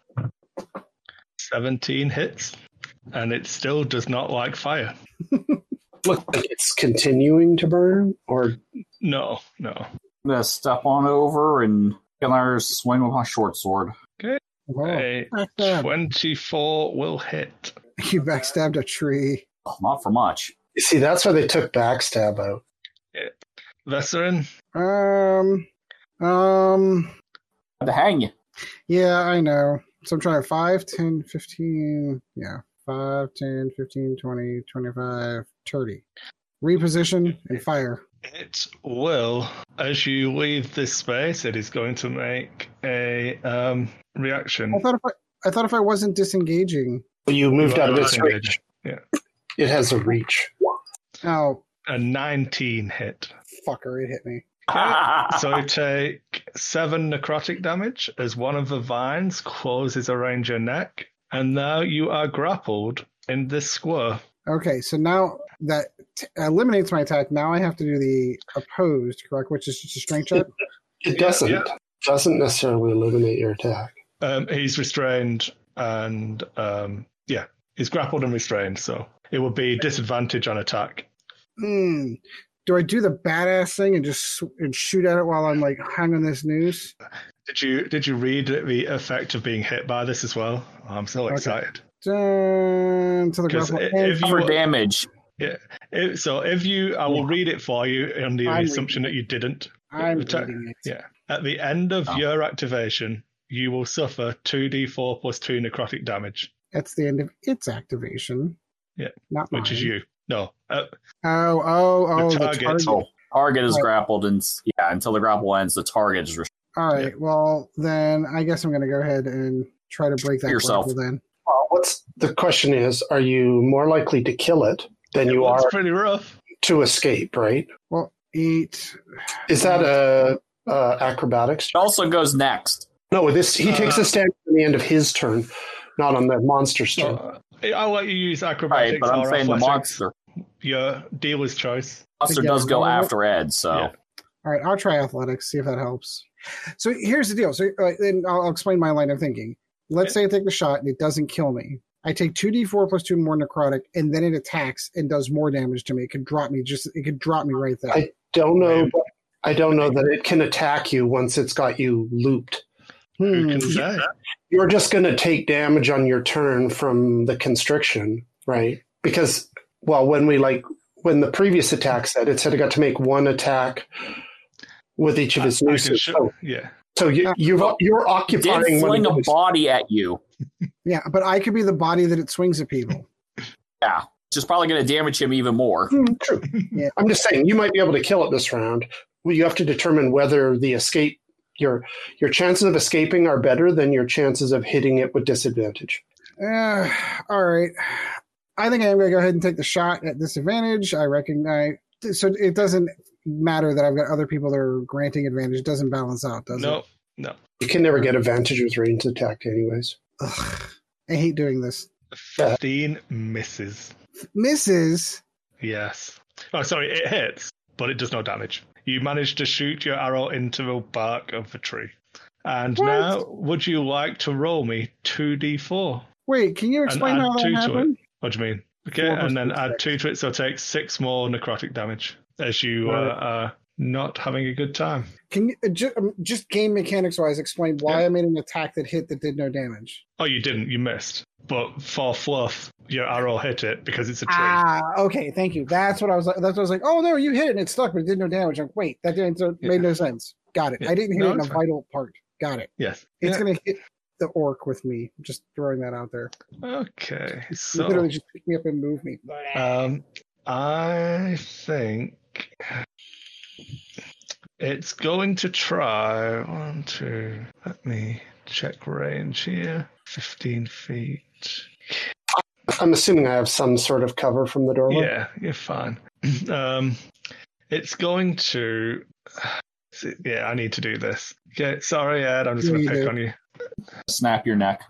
17 hits. And it still does not like fire. Look, it's continuing to burn, or No, no. I'm going to step on over and gonna swing with my short sword. Whoa. A Backstab. 24 will hit. You backstabbed a tree. Oh, Not for much. You see, that's why they took backstab out. Vesserin, Um, um, Had to hang you. yeah, I know. So I'm trying 5, 10, 15. Yeah. 5, 10, 15, 20, 25, 30. Reposition and fire. it will, as you leave this space, it is going to make a um, reaction. I thought if I, I thought if I wasn't disengaging. You moved You out of are its disengaged. reach. Yeah. It has a reach. Oh, A 19 hit. fucker, it hit me. So you take seven necrotic damage as one of the vines closes around your neck, and now you are grappled in this square. Okay, so now that t- eliminates my attack. Now I have to do the opposed, correct? Which is just a strength check. It doesn't. yeah. Doesn't necessarily eliminate your attack. Um, he's restrained and um, yeah, he's grappled and restrained, so it would be disadvantage on attack. Hmm. Do I do the badass thing and just sw- and shoot at it while I'm like hung on this noose? Did you did you read the effect of being hit by this as well? I'm so Okay. excited. Dun, to the 'Cause grapple. i- and- if for you damage. if, so if you I will read it for you on the I'm assumption that you didn't. I'm attack- reading it. yeah. At the end of Oh. your activation, you will suffer 2d4 plus 2 necrotic damage, That's the end of its activation. Yeah, Not which is mine. you. No, uh, Oh, oh, oh, the The target. target. Oh, target is Right. grappled, and s- yeah, until the grapple ends, the target is. Rest- All right. Well, then I guess I'm going to go ahead and try to break that Yourself. grapple Then Well, what's the question is, are you more likely to kill it than you that's are pretty rough. to escape, right? well, eight. Is that a uh, acrobatics? It also goes next. No, this he Uh, takes a stand at the end of his turn, not on the monster's turn. So, uh, I'll let you use acrobatics Right, but I'm or saying the athletics. monster. Your dealer's choice. Monster Yeah, does go right. after Ed, so Yeah. All right, I'll try athletics. See if that helps. So here's the deal. So uh, then I'll, I'll explain my line of thinking. Let's say I take the shot and it doesn't kill me. I take two d4 plus two more necrotic, and then it attacks and does more damage to me. It could drop me. Just it could drop me right there. I don't know. Right. I don't know that it can attack you once it's got you looped. Who Hmm. can say? You're just going to take damage on your turn from the constriction, right? Because well, when we like when the previous attack said it said it got to make one attack with each of his I can nooses. sh- so yeah. so you, you've, you're It did occupying one. fling of a those. body at you, Yeah, but I could be the body that it swings at people. which is probably going to damage him even more. Hmm, true. Yeah. I'm just saying you might be able to kill it this round. Well, you have to determine whether the escape your your chances of escaping are better than your chances of hitting it with disadvantage. Uh, all right. I think I am going to go ahead and take the shot at disadvantage. I recognize. So it doesn't matter that I've got other people that are granting advantage. It doesn't balance out, does it? No, no. You can never get advantage with ranged attack, anyways. Ugh, I hate doing this. 15 misses. Misses. Yes. Oh, sorry, it hits, but it does no damage. You manage to shoot your arrow into the bark of the tree. And What? now, would you like to roll me 2d4? Wait, can you explain add how that two to happened? What do you mean? Okay, Four plus and then two, add six. two to it, so take six more necrotic damage as you uh, Right. are not having a good time. Can you uh, ju- um, just game mechanics wise explain why I made an attack that hit that did no damage? Oh, you didn't, you missed. But for fluff, your arrow hit it because it's a tree. Ah, okay, thank you. That's what I was. That's what I was like. Oh no, you hit it and it stuck, but it did no damage. I'm like, wait, that didn't so it made no sense. Got it. Yeah. I didn't hit No, it in a it's fine. vital part. Got it. Yes. It's Yeah. gonna hit the orc with me. Just throwing that out there. Okay. You So. literally just pick me up and move me. Um, I think it's going to try one, two. Let me check range here. Fifteen feet. I'm assuming I have some sort of cover from the doorway. Yeah, you're fine. Um, it's going to. Yeah, I need to do this. Okay, sorry, Ed. I'm just going Yeah, to you pick do. on you. Snap your neck.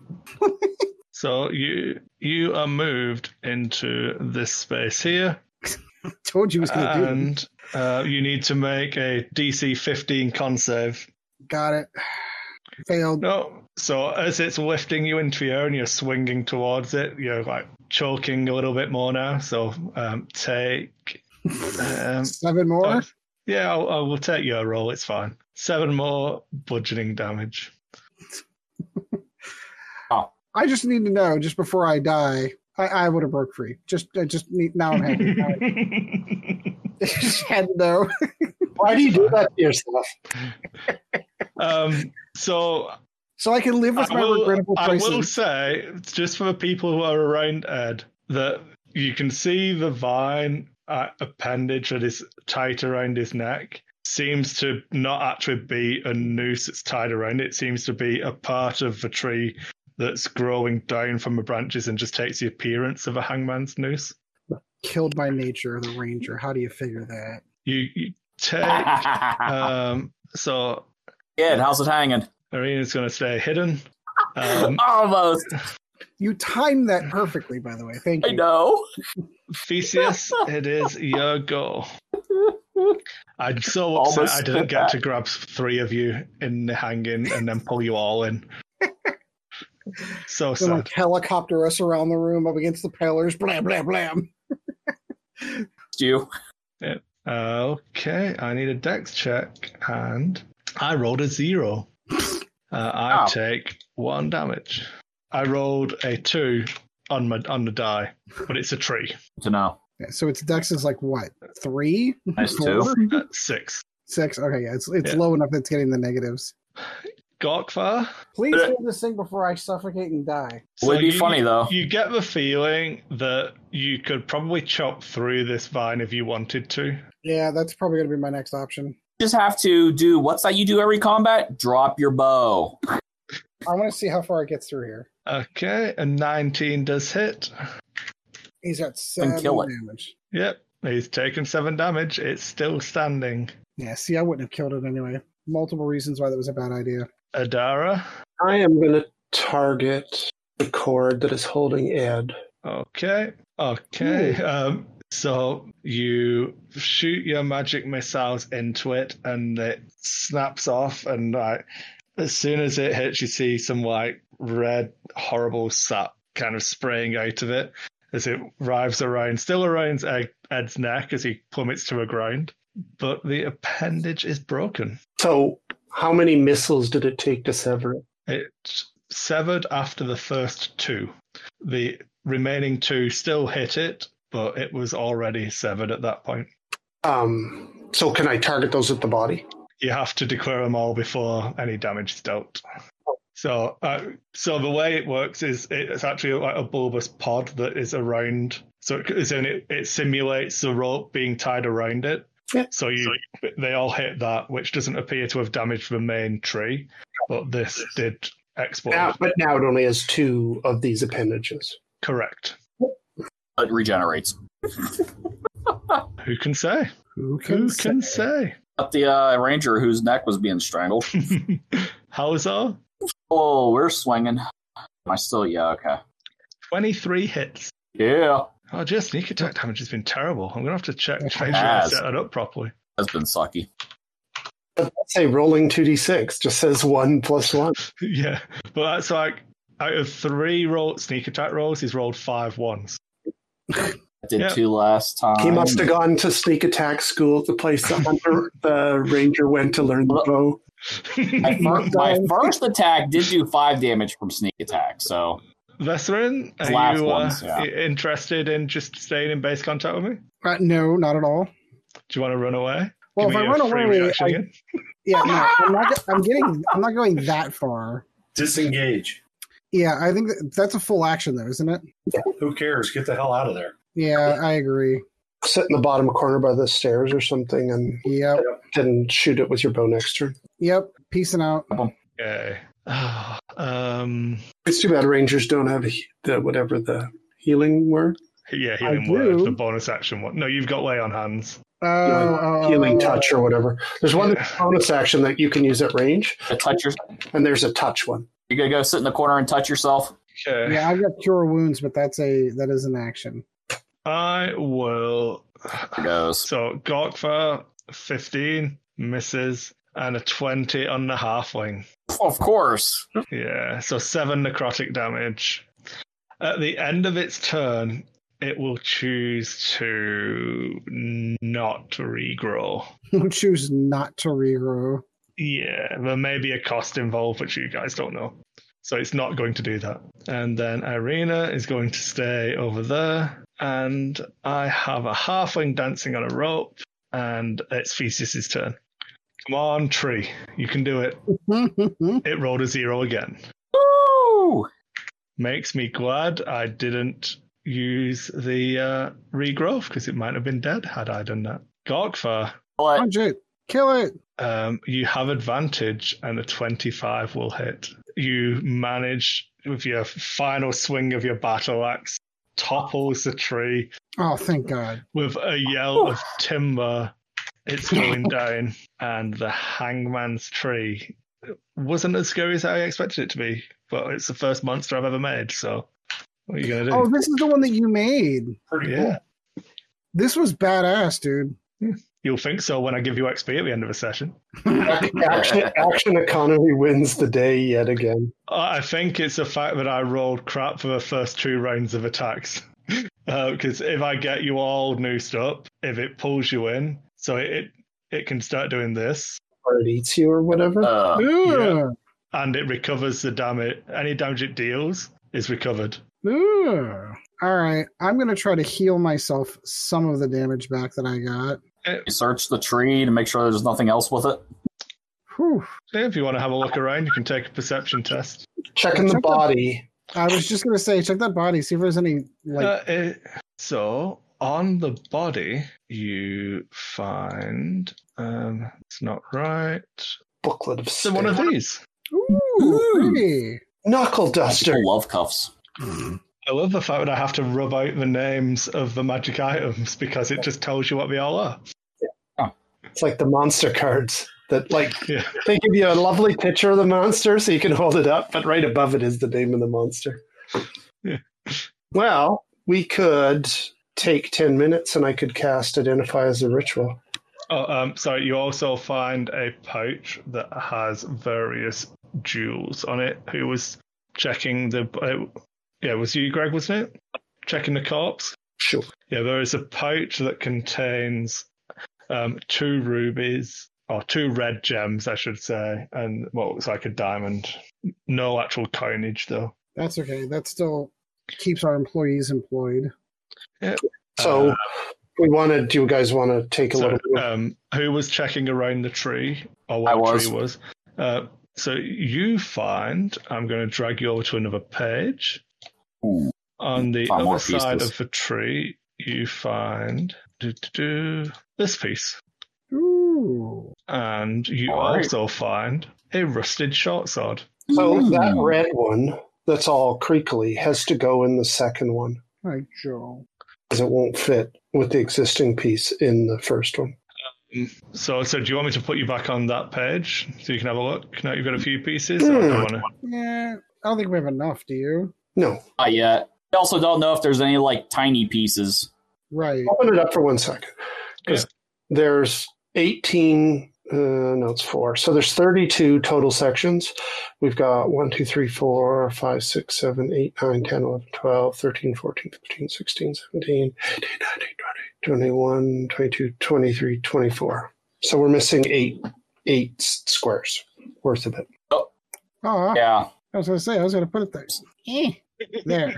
So you you are moved into this space here. Told you he was gonna do. That. and uh, you need to make a DC 15 con save. Got it. Failed. No, so as it's lifting you into the air and you're swinging towards it, you're like choking a little bit more now. So um, take. Um, Seven more. oh, yeah, I'll, I will take your roll. It's fine. Seven more bludgeoning damage. I just need to know, just before I die, I, I would have broke free. Just, I just need now. I'm happy. Now I- just had no. Why do you do that to yourself? um, so So I can live with I my regrettable will, I choices. will say, just for the people who are around Ed, that you can see the vine uh, appendage that is tight around his neck seems to not actually be a noose that's tied around it. It seems to be a part of the tree that's growing down from the branches and just takes the appearance of a hangman's noose. Killed by nature, the ranger. How do you figure that? You, you take. Good. um, so How's it hanging? Arena's going to stay hidden. Um, Almost. You timed that perfectly, by the way. Thank I you. know. Theseus, it is your goal. I'm so Almost upset I didn't spit get that. to grab three of you in the hanging and then pull you all in. So So sad. like helicopter us around the room up against the pillars. Blam, blam, blam. You. Okay, I need a dex check, and I rolled a zero. Uh, I Ow. take one damage. I rolled a two on my on the die, but it's a tree. To know. Yeah, So its dex is like what? Three? Nice Four? two. Uh, six. Six? Okay, yeah. It's it's Yeah. low enough that it's getting the negatives. Gorkvar. Please Uh, do this thing before I suffocate and die. So Would be you- funny though. You get the feeling that you could probably chop through this vine if you wanted to. Yeah, that's probably gonna be my next option. just have to do what's that you do every combat? Drop your bow. I want to see how far it gets through here. Okay, a 19 does hit. He's at seven kill it. damage. Yep, he's taken seven damage. It's still standing. Yeah, see, I wouldn't have killed it anyway. Multiple reasons why that was a bad idea. Adara. I am going to target the cord that is holding Ed. Okay, okay. Um, so you shoot your magic missiles into it and it snaps off. And like, as soon as it hits, you see some like red, horrible sap kind of spraying out of it as it rives around, still around Ed- Ed's neck as he plummets to a ground. But the appendage is broken. So, how many missiles did it take to sever it? It's severed after the first two. The remaining two still hit it, but it was already severed at that point. Um, so, can I target those at the body? You have to declare them all before any damage is dealt. So, uh, so the way it works is it's actually like a bulbous pod that is around. So, it, as in it, it simulates the rope being tied around it. Yeah. So you, they all hit that, which doesn't appear to have damaged the main tree, but this did explode. Now, but now it only has two of these appendages. Correct. It regenerates. Who can say? Who Who can say? But the uh, ranger whose neck was being strangled. Hauser, Oh, we're swinging. Am I still? Yeah, okay. 23 hits. Yeah, Oh, dear, sneak attack damage has been terrible. I'm going to have to check It to make sure I has. set that up properly. that's been sucky. But let's say rolling 2d6 just says one plus one. yeah, but that's like out of three roll, sneak attack rolls, he's rolled five ones. I did Yeah. two last time. He must have gone to sneak attack school, the place the, hunter, the ranger went to learn the bow. My, fir- my first attack did do five damage from sneak attack, so Vesserin, His are last you uh, ones, yeah. i- interested in just staying in base contact with me? Uh, no, not at all. Do you want to run away? Well, Give if I me a run free away, reaction I- again. Yeah, no, I'm not. go- I'm getting. I'm not going that far. Disengage. Yeah, I think that, that's a full action, though, isn't it? Who cares? Get the hell out of there. Yeah, I agree. Sit in the bottom corner by the stairs or something and Yep, then shoot it with your bow next turn. yep. Peacing out. Okay. um, It's too bad rangers don't have he- the whatever the healing word. yeah, I healing word, do. the bonus action one. No, you've got lay on hands. Oh, oh, healing oh. touch or whatever. There's one Yeah. bonus action that you can use at range, to touch your, and there's a touch one. you gonna go sit in the corner and touch yourself. Okay. Yeah, I've got cure wounds, but that's a that is an action. I will. There goes. So Gorkfa, 15 misses and a 20 on the halfling. Of course. Yeah, so seven necrotic damage. At the end of its turn, it will choose to not regrow. Choose not to regrow. Yeah, there may be a cost involved, which you guys don't know. So it's not going to do that. And then Irina is going to stay over there. And I have a halfling dancing on a rope. And it's Theseus's turn. Come on, tree. You can do it. It rolled a zero again. Woo! Makes me glad I didn't use the uh, regrowth because it might have been dead had I done that. Gorkfar, But Punch it. Kill it. um, you have advantage and a 25 will hit. You manage with your final swing of your battle axe, topples the tree Oh, thank God. with a yell of timber. It's going down, and the hangman's tree wasn't as scary as I expected it to be, but it's the first monster I've ever made, so what are you going to do? Oh, this is the one that you made. Pretty yeah. cool. This was badass, dude. You'll think so when I give you XP at the end of a session. Action, action economy wins the day yet again. I I think it's the fact that I rolled crap for the first two rounds of attacks. Because if I get you all noosed up, if it pulls you in, so it, it it can start doing this, Or it eats you or whatever. uh, Ugh. and it recovers the damage. Any damage it deals is recovered. Ugh. All right. I'm going to try to heal myself some of the damage back that I got. you search the tree to make sure there's nothing else with it. Whew. If you want to have a look around, you can take a perception test. Checking the Check the- body. I was just going to say, check that body, see if there's any, like, Uh, it- so on the body, you find um, it's not right. Booklet of So one of state. these. ooh, pretty. knuckle duster. People love cuffs. I love the fact that I have to rub out the names of the magic items because it just tells you what they all are. It's like the monster cards that like Yeah. they give you a lovely picture of the monster so you can hold it up, but right above it is the name of the monster. Yeah. Well, we could take ten minutes and I could cast identify as a ritual. Oh, um, sorry. You also find a pouch that has various jewels on it. Who was checking the? Uh, yeah, it was you, Greg, wasn't it? Checking the corpse. Sure. Yeah, there is a pouch that contains um, two rubies or two red gems, I should say, and what looks like a diamond. No actual coinage, though. That's okay. That still keeps our employees employed. So Uh, we wanna do you guys wanna take a So, little bit of um, who was checking around the tree or what I the was. tree was? Uh, so you find I'm going to drag you over to another page. Ooh. On the Find more other side pieces. of the tree, you find do, do, do, this piece, Ooh. and you All right. also find a rusted short sword. So Hmm. that red one that's all creakly has to go in the second one Hi, Joe. because it won't fit with the existing piece in the first one. So, so do you want me to put you back on that page so you can have a look? Now you've got a few pieces. or do you Hmm. wanna- Yeah, I don't think we have enough, do you? No. Not yet. I also don't know if there's any like tiny pieces. Right. Open it up for one second. 'Cause There's 18, uh, no, it's four. So there's 32 total sections. We've got 1, 2, 3, 4, 5, 6, 7, 8, 9, 10, 11, 12, 13, 14, 15, 16, 17, 18, 19, 20, 21, 22, 23, 24. So we're missing eight, eight s- squares worth of it. Aw, Yeah. Oh, I was going to say, I was going to put it there. Eh. There.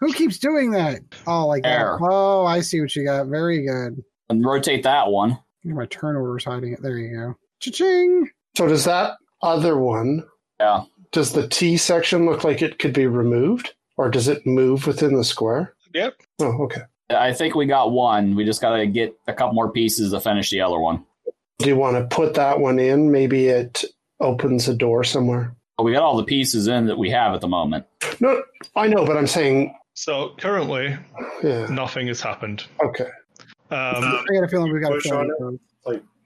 Who keeps doing that? Oh, like There. that. Oh, I see what you got. Very good. And rotate that one. Look at My turnover's hiding it. There you go. Cha-ching. So does that other one, Yeah. does the T section look like it could be removed or does it move within the square? Yep. Oh, okay. I think we got one. We just got to get a couple more pieces to finish the other one. do you want to put that one in? Maybe it opens a door somewhere. But we got all the pieces in that we have at the moment. No, I know, but I'm saying, So currently, yeah, nothing has happened. okay. Um, I got a feeling we got a Push on feeling. it.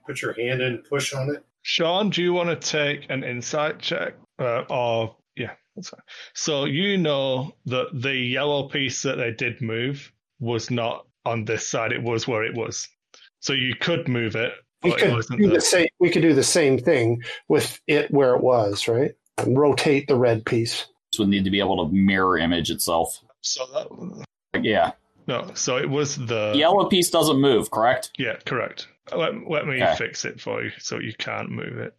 Put your hand in, push on it. Sean, do you want to take an insight check? Uh, or yeah, that's fine. so you know that the yellow piece that they did move was not on this side; it was where it was. So you could move it, We but it could wasn't do the there. same. We could do the same thing with it where it was, right? And rotate the red piece. This would need to be able to mirror image itself. So that Yeah. no, so it was the Yellow piece doesn't move, correct? Yeah, correct. Let, let me Okay. fix it for you, so you can't move it.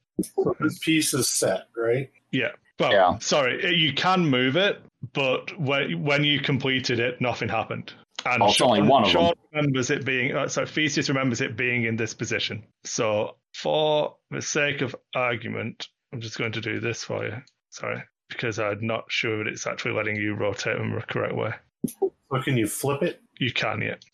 This piece is set, right? Yeah. Well, Yeah. sorry, uh, you can move it, but when when you completed it, nothing happened. And Oh, it's only one of them. Sean remembers it being. Uh, sorry, Theseus remembers it being in this position. So, for the sake of argument, I'm just going to do this for you. Sorry, because I'm not sure that it's actually letting you rotate them the correct way. So can you flip it? You can yet.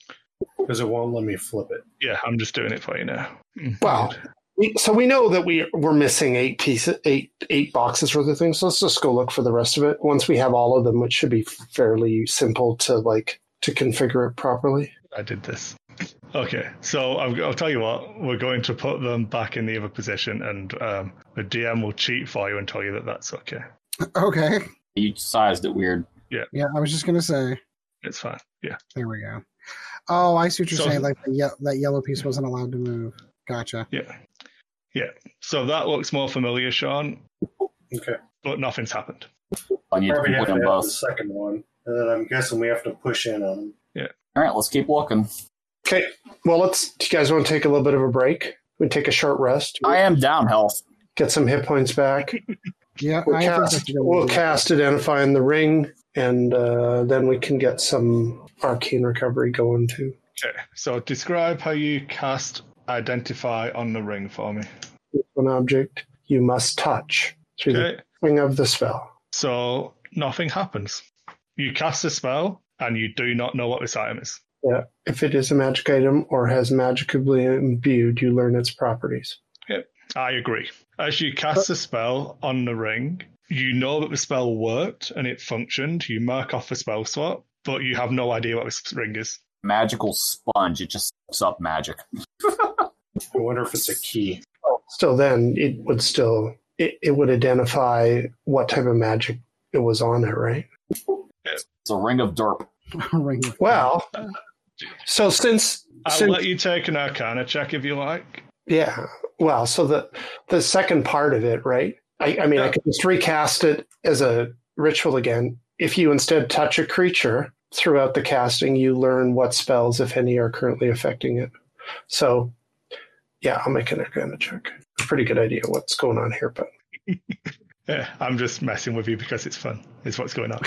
Because it won't let me flip it. Yeah, I'm just doing it for you now. Mm, Wow. good. We- So we know that we we're missing eight pieces, eight eight boxes worth of things. So let's just go look for the rest of it. Once we have all of them, which should be fairly simple to like to configure it properly. I did this. Okay, so I've, I'll tell you what, we're going to put them back in the other position, and um, the DM will cheat for you and tell you that that's okay. Okay. You sized it weird. Yeah, I was just gonna say. It's fine. Yeah. There we go. Oh, I see what you're So- saying. Like the ye- that yellow piece wasn't allowed to move. Gotcha. Yeah. Yeah. So that looks more familiar, Sean, Okay. but nothing's happened. I need to Probably keep have to looking have the both. second one. And then I'm guessing we have to push in on them. All right, let's keep looking. Okay. Well, let's. Do you guys want to take a little bit of a break? We take a short rest. I am down health. Get some hit points back. Yeah, We'll I think I cast. should go We'll with cast identify in the ring, and uh, then we can get some arcane recovery going too. Okay. So describe how you cast identify on the ring for me. An object you must touch through Okay. the ring of the spell. So nothing happens. You cast a spell and you do not know what this item is. If it is a magic item or has magically imbued, you learn its properties. I agree. As you cast the spell on the ring, you know that the spell worked and it functioned. You mark off the spell slot, but you have no idea what this ring is. Magical sponge. It just sucks up magic. I wonder if it's a key. Still, then it would still it, it would identify what type of magic it was on it, right? It's a ring of derp. that. Ring. Well, so since Uh, I'll since let you take an arcana check if you like. yeah, well, so the the second part of it, right? I, I mean, I could just recast it as a ritual again. If you instead touch a creature throughout the casting, you learn what spells, if any, are currently affecting it. So, yeah, I'll make an arcana check. Pretty good idea what's going on here, but. Yeah, I'm just messing with you because it's fun. Is what's going on.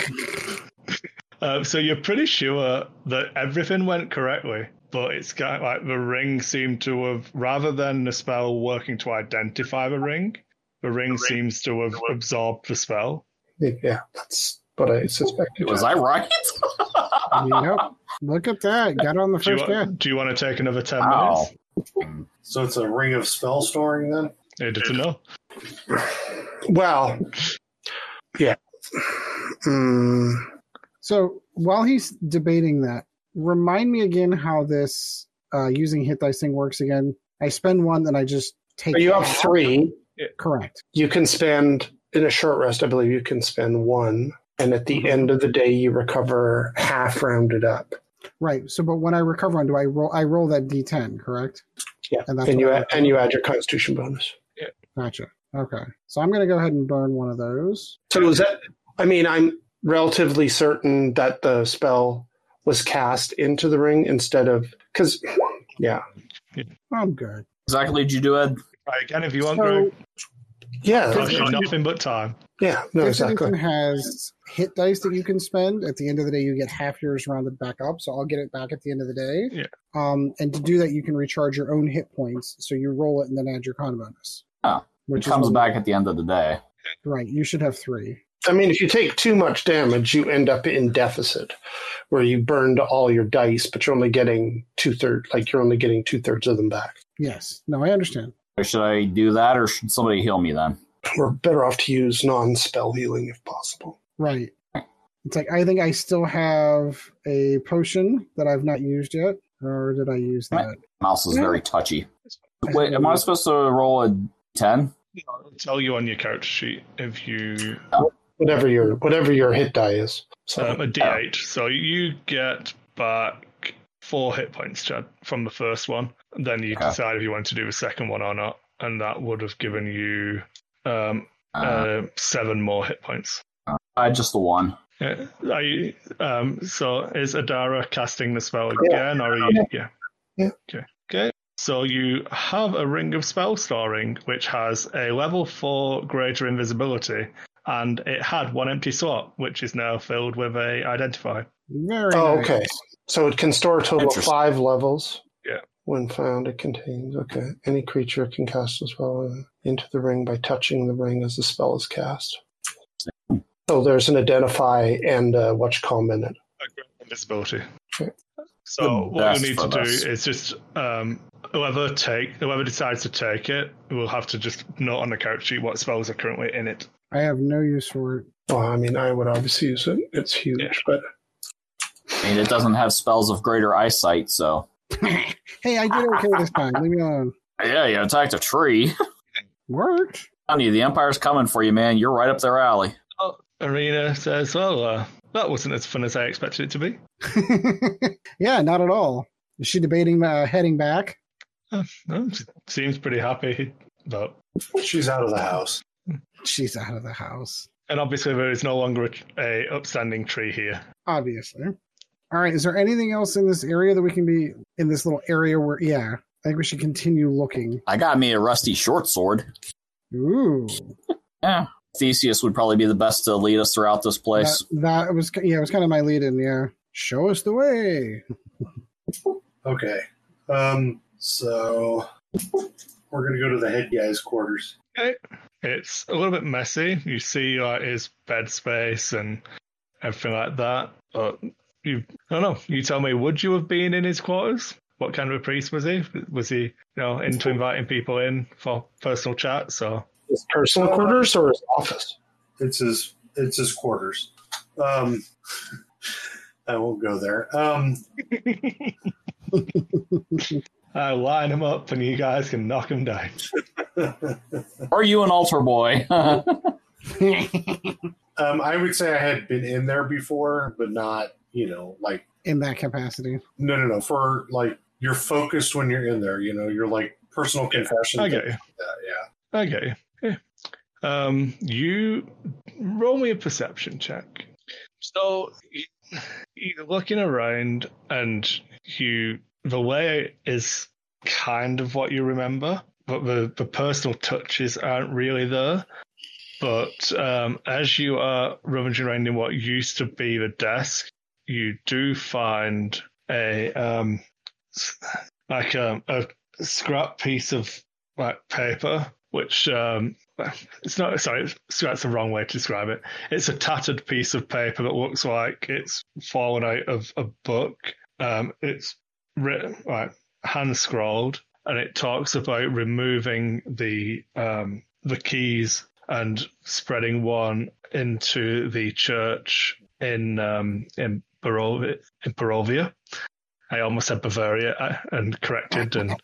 uh, so you're pretty sure that everything went correctly, but it's kind of like the ring seemed to have, rather than the spell working to identify the ring, the ring, seems to have absorbed the spell. Yeah, that's what I suspected. Was I right? yep. Look at that. Got on the Do you, first guy. want, do you want to take another ten Wow. minutes? So it's a ring of spell storing then? It doesn't know. Well, yeah. Mm, So while he's debating that, remind me again how this uh, using hit dice thing works again. I spend one, then I just take. you it. have three. Correct. You can spend in a short rest. I believe you can spend one, and at Mm-hmm. the end of the day, you recover half rounded up, Right. So, but when I recover one, do I roll? I roll that d10, correct? Yeah, And that's and you what I add, and you add your Constitution bonus. Gotcha. Okay. So I'm going to go ahead and burn one of those. So is that? I mean, I'm relatively certain that the spell was cast into the ring instead of because I'm good. exactly did you do, Ed? Right, again, if you want, So Greg. yeah, I've got nothing but time. yeah, no, this exactly. edition has hit dice that you can spend. At the end of the day, you get half yours rounded back up. So I'll get it back at the end of the day. Yeah. Um, and to do that, you can recharge your own hit points. So you roll it and then add your con bonus. Ah, It Which is comes what- back at the end of the day. Right. You should have three. I mean, if you take too much damage, you end up in deficit, where you burned all your dice, but you're only getting two thirds, like you're only getting two thirds of them back. Yes. No, I understand. Or Should I do that or should somebody heal me then? We're better off to use non-spell healing if possible. Right. It's like, I think I still have a potion that I've not used yet. Or did I use that? Mouse is Yeah. very touchy. Wait, am I supposed to roll a 10? I'll tell you on your character sheet if you Whatever your whatever your hit die is. So oh, Um, a D8. So you get back four hit points, Chad, from the first one. And then you Okay. decide if you want to do the second one or not. And that would have given you um, Uh, uh, seven more hit points. I just the one. Yeah. Uh, Are you, um, so is Adara casting the spell again? Or are you, yeah. Yeah. Okay. okay. So you have a ring of spell storing, which has a level four greater invisibility and it had one empty slot, which is now filled with a identifier. Very Oh, nice. okay. So it can store a total of Interesting. five levels. Yeah. When found, it contains. Okay. Any creature can cast a spell into the ring by touching the ring as the spell is cast. So there's an identify and uh, what you call minute. a great invisibility. Sure. So The what best we need to for do us. is just um, whoever take whoever decides to take it, will have to just note on the character sheet what spells are currently in it. I have no use for it. Well, I mean, I would obviously use it. It's huge, Yeah. but I mean, it doesn't have spells of greater eyesight, so. Hey, I did okay this time. Leave me alone. Yeah, you attacked a tree. Worked. Tony, the Empire's coming for you, man. You're right up their alley. Arena says, "Well, uh, that wasn't as fun as I expected it to be." yeah, not at all. Is she debating uh, heading back? Uh, No, she seems pretty happy, but She's out of the house. She's out of the house, and obviously there is no longer a, a upstanding tree here. obviously. All right. Is there anything else in this area that we can be in this little area where? Yeah, I think we should continue looking. I got me a rusty short sword. Ooh, Yeah. Theseus would probably be the best to lead us throughout this place. that, that was yeah, it was kind of my lead in. Yeah, show us the way. Okay. Um, so we're going to go to the head guy's quarters. It's a little bit messy. You see like his bed space and everything like that. But you, I don't know. You tell me, would you have been in his quarters? What kind of a priest was he? Was he, you know, into inviting people in for personal chats? Or his personal quarters or his office? It's his it's his quarters. Um, I won't go there. Um, I line him uh, up, and you guys can knock him down. Are you an altar boy? um, I would say I had been in there before, but not you know like in that capacity. no no no for like you're focused when you're in there. You know you're like personal confession. I get you. Yeah, yeah. I get you. Yeah. Um, you roll me a perception check. So you- you're looking around, and you the way is kind of what you remember, but the the personal touches aren't really there. But um, as you are rummaging around in what used to be the desk, you do find a um, s- like a, a scrap piece of like paper, which um, it's not. Sorry, it's- that's the wrong way to describe it. It's a tattered piece of paper that looks like it's fallen out of a book. Um, it's written, like hand scrawled, and it talks about removing the um, the keys and spreading one into the church in um, in Barovia. In Barovia. I almost said Bavaria I- and corrected and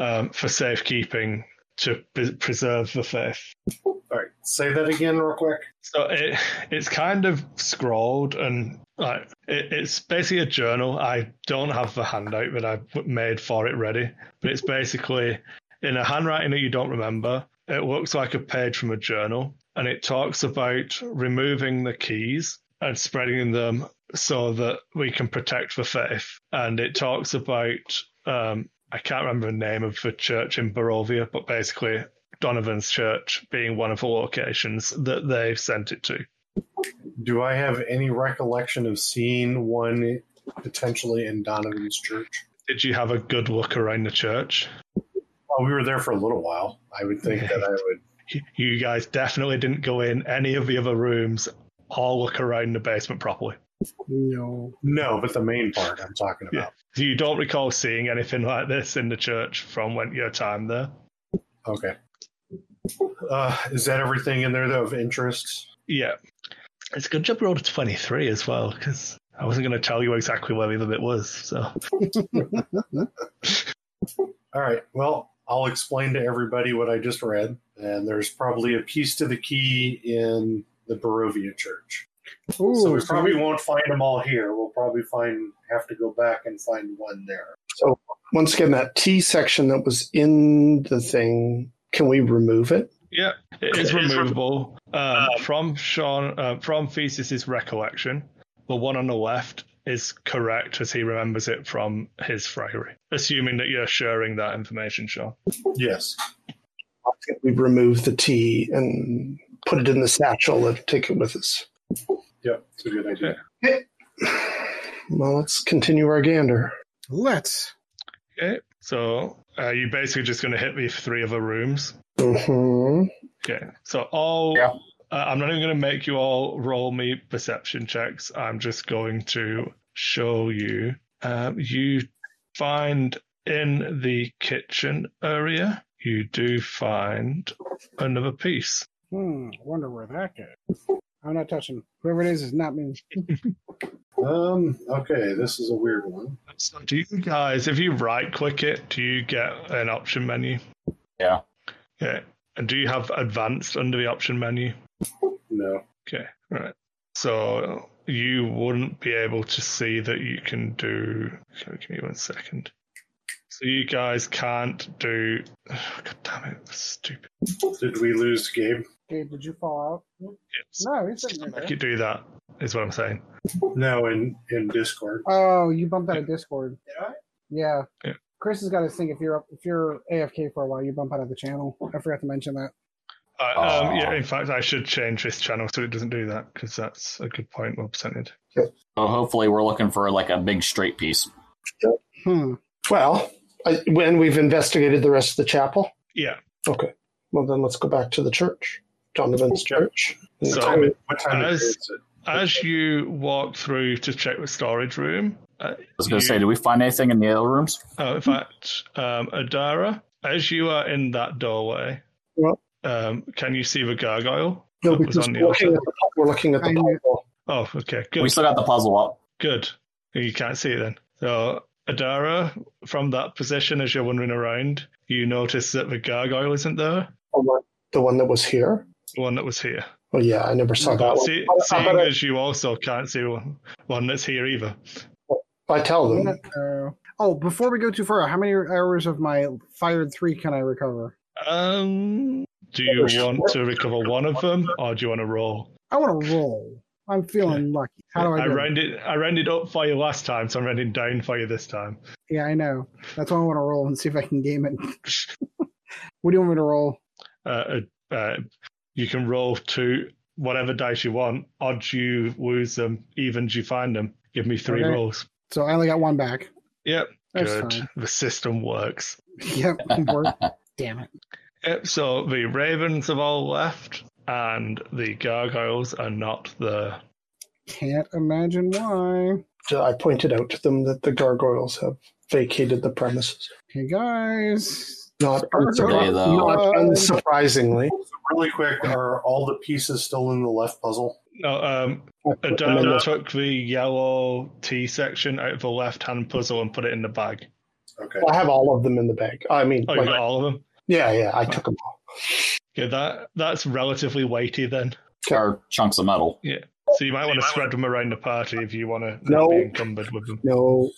um, for safekeeping to pre- preserve the faith. All right, say that again real quick. So it it's kind of scrawled and like it, it's basically a journal. I don't have the handout that I have made for it ready, but it's basically in a handwriting that you don't remember. It looks like a page from a journal, and it talks about removing the keys and spreading them so that we can protect the faith. And it talks about um, I can't remember the name of the church in Barovia, but basically Donovan's church being one of the locations that they've sent it to. Do I have any recollection of seeing one potentially in Donovan's church? Did you have a good look around the church? Well, we were there for a little while. I would think that I would. You guys definitely didn't go in any of the other rooms or look around the basement properly. No. No, but the main part I'm talking about. You don't recall seeing anything like this in the church from when your time there. Okay. Uh, is that everything in there though of interest? Yeah. It's a good job we rolled a 23 as well, because I wasn't going to tell you exactly where the other bit was. So All right. Well, I'll explain to everybody what I just read, and there's probably a piece to the key in the Barovia Church. Ooh, so we so probably won't find them all here. We'll probably find have to go back and find one there. Once again, that T section that was in the thing, can we remove it? Yeah, it is It is removable um, from Sean uh, from Theseus's recollection. The one on the left is correct as he remembers it from his friary. Assuming that you're sharing that information, Sean. Yes. We remove the T and put it in the satchel and take it with us. Yep, it's a good idea. Well, let's continue our gander. Let's. Okay. So are you basically just going to hit me for three other rooms? hmm Okay. So all. Yeah. Uh, I'm not even going to make you all roll me perception checks. I'm just going to show you. Um, you find in the kitchen area, you do find another piece. Hmm. Wonder where that goes. I'm not touching. Whoever it is is not me. Um, okay, this is a weird one. So do you guys, if you right click it, do you get an option menu? Yeah. Yeah. And do you have advanced under the option menu? No. Okay, right. So you wouldn't be able to see that you can do. Sorry, give me one second. So you guys can't do. God damn it! That's stupid. Did we lose Gabe? Gabe, did you fall out? Yes. No, he's sitting right Make there. it do that is what I'm saying. No, in, in Discord. Oh, you bumped out of Discord. Did I? Yeah. Yeah. Chris has got his thing. If you're up, if you're AFK for a while, you bump out of the channel. I forgot to mention that. Uh, um, Aw. yeah. In fact, I should change this channel so it doesn't do that because that's a good point. Well presented. So hopefully we're looking for like a big straight piece. Hmm. Well, I, when we've investigated the rest of the chapel, Yeah. okay. Well, then let's go back to the church, Donovan's church. So- What time, what time of day As- is it? As you walk through to check the storage room, uh, I was going to you- say, did we find anything in the other rooms? Oh, in fact, um, Adara, as you are in that doorway, Yeah. um, can you see the gargoyle? no, that was because on the we're, looking altar? at the, we're looking at the I knew- Bible. Oh, okay, good, We still got the puzzle up. good. You can't see it then. So, Adara, from that position, as you're wandering around, you notice that the gargoyle isn't there, Oh, what- the one that was here. the one that was here. Oh yeah, I never saw that But one. see, I- I seeing better- as you also can't see one, one that's here either. I tell them. Uh, oh, before we go too far, how many hours of my fired three can I recover? Um, do you want to recover one of them, or do you want to roll? I want to roll. I'm feeling lucky. How do I? I do it? rounded I rounded up for you last time, so I'm rounding down for you this time. Yeah, I know. That's why I want to roll and see if I can game it. what do you want me to roll? Uh, uh, uh, you can roll to whatever dice you want. Odds you lose them, evens you find them. Give me three Okay. rolls. So I only got one back. Yep, That's good. fine. The system works. Yep. worked. Damn it. Yep. So the ravens have all left, and the gargoyles are not there. Can't imagine why. uh, I pointed out to them that the gargoyles have vacated the premises. Hey guys. Not, unsur- Today, though. not Uh, unsurprisingly. Really quick, are all the pieces still in the left puzzle? No, um, I put them in Adana the- took the yellow T section out of the left-hand puzzle and put it in the bag. Okay. I have all of them in the bag. I mean, Oh, you like- got all of them. yeah, yeah, I took them all. Yeah, that that's relatively weighty then. Or chunks of metal. So you might want to spread them around the party if you want to No. not be encumbered with them. No,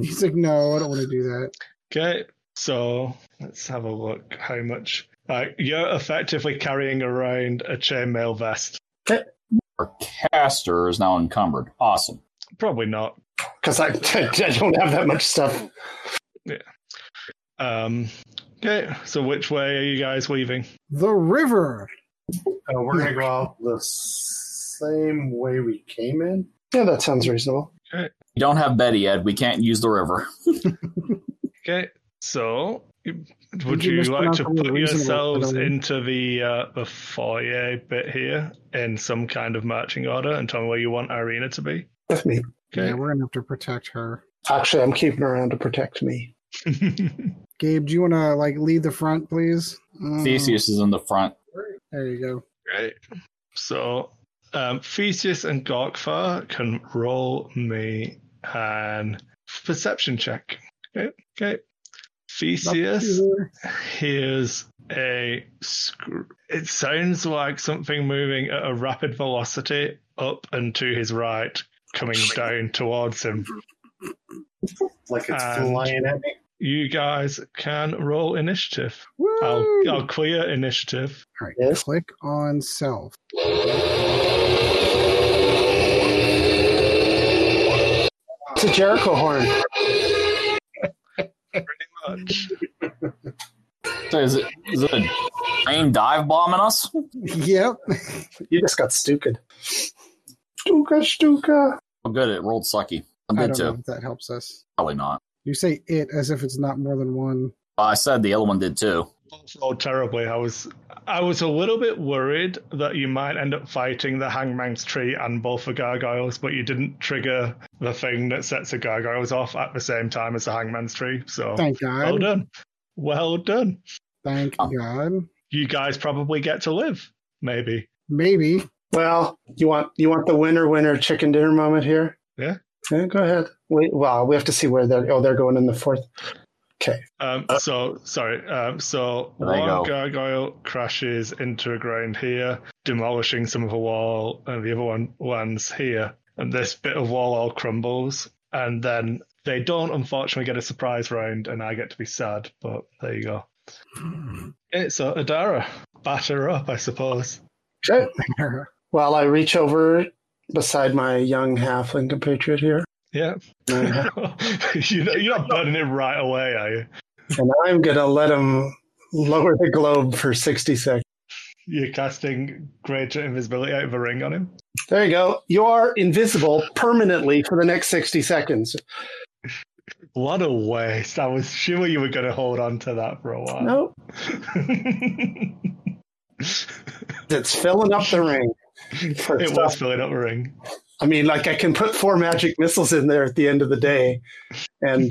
He's like, no, I don't want to do that. Okay, so let's have a look. How much? Uh, you're effectively carrying around a chainmail vest. Our caster is now encumbered. Awesome. Probably not. because I, I don't have that much stuff. Um, okay, so which way are you guys weaving? The river. Uh, we're going to go out the same way we came in. Yeah, that sounds reasonable. We don't have Betty yet. We can't use the river. Okay, so you- would you you like mispronounced to all the put reasonable, yourselves Adam. into the uh, the foyer bit here in some kind of marching order and tell me where you want Irina to be? With me. Yeah, Okay. we're gonna have to protect her. Actually, I'm keeping around to protect me. Gabe, do you want to like lead the front, please? Mm, Theseus is in the front. There you go. Right. So, um, Theseus and Gorkfar can roll me an perception check. Okay. Okay. Theseus hears a. Scr- it sounds like something moving at a rapid velocity up and to his right, coming down towards him. Like it's And- flying at me. You guys can roll initiative. Woo! I'll, I'll clear initiative. All right, Yes. click on self. It's a Jericho horn. Pretty much. So is, it, is it a rain dive bombing us? Yep. You just got stupid. Stuka, Stuka. I'm Oh, good. It rolled sucky. I'm I good don't know too. if that helps us. Probably not. You say it as if it's not more than one. I said the other one did too. Both rolled Oh, terribly. I was I was a little bit worried that you might end up fighting the hangman's tree and both the gargoyles, but you didn't trigger the thing that sets the gargoyles off at the same time as the hangman's tree. So Thank well God. done. Well done. Thank Oh. God. You guys probably get to live, maybe. Maybe. Well, you want you want the winner winner chicken dinner moment here? Yeah. Yeah, go ahead. Wait, well, we have to see where they're oh they're going in the fourth. Um, so sorry. Um, so Uh, There one you go. gargoyle crashes into a ground here, demolishing some of the wall, and the other one lands here, and this bit of wall all crumbles, and then they don't unfortunately get a surprise round, and I get to be sad. But there you go. It's uh, Adara. Batter her up, I suppose. Okay. Well, I reach over beside my young halfling compatriot here. Yeah, And you know, you're not burning it right away, are you? I'm gonna let him lower the globe for sixty seconds. You're casting greater invisibility out of a ring on him. There you go. You are invisible permanently for the next sixty seconds. What a waste. I was sure you were going to hold on to that for a while. No, it's filling up the ring. it was filling up a ring. I mean, like I can put four magic missiles in there at the end of the day, and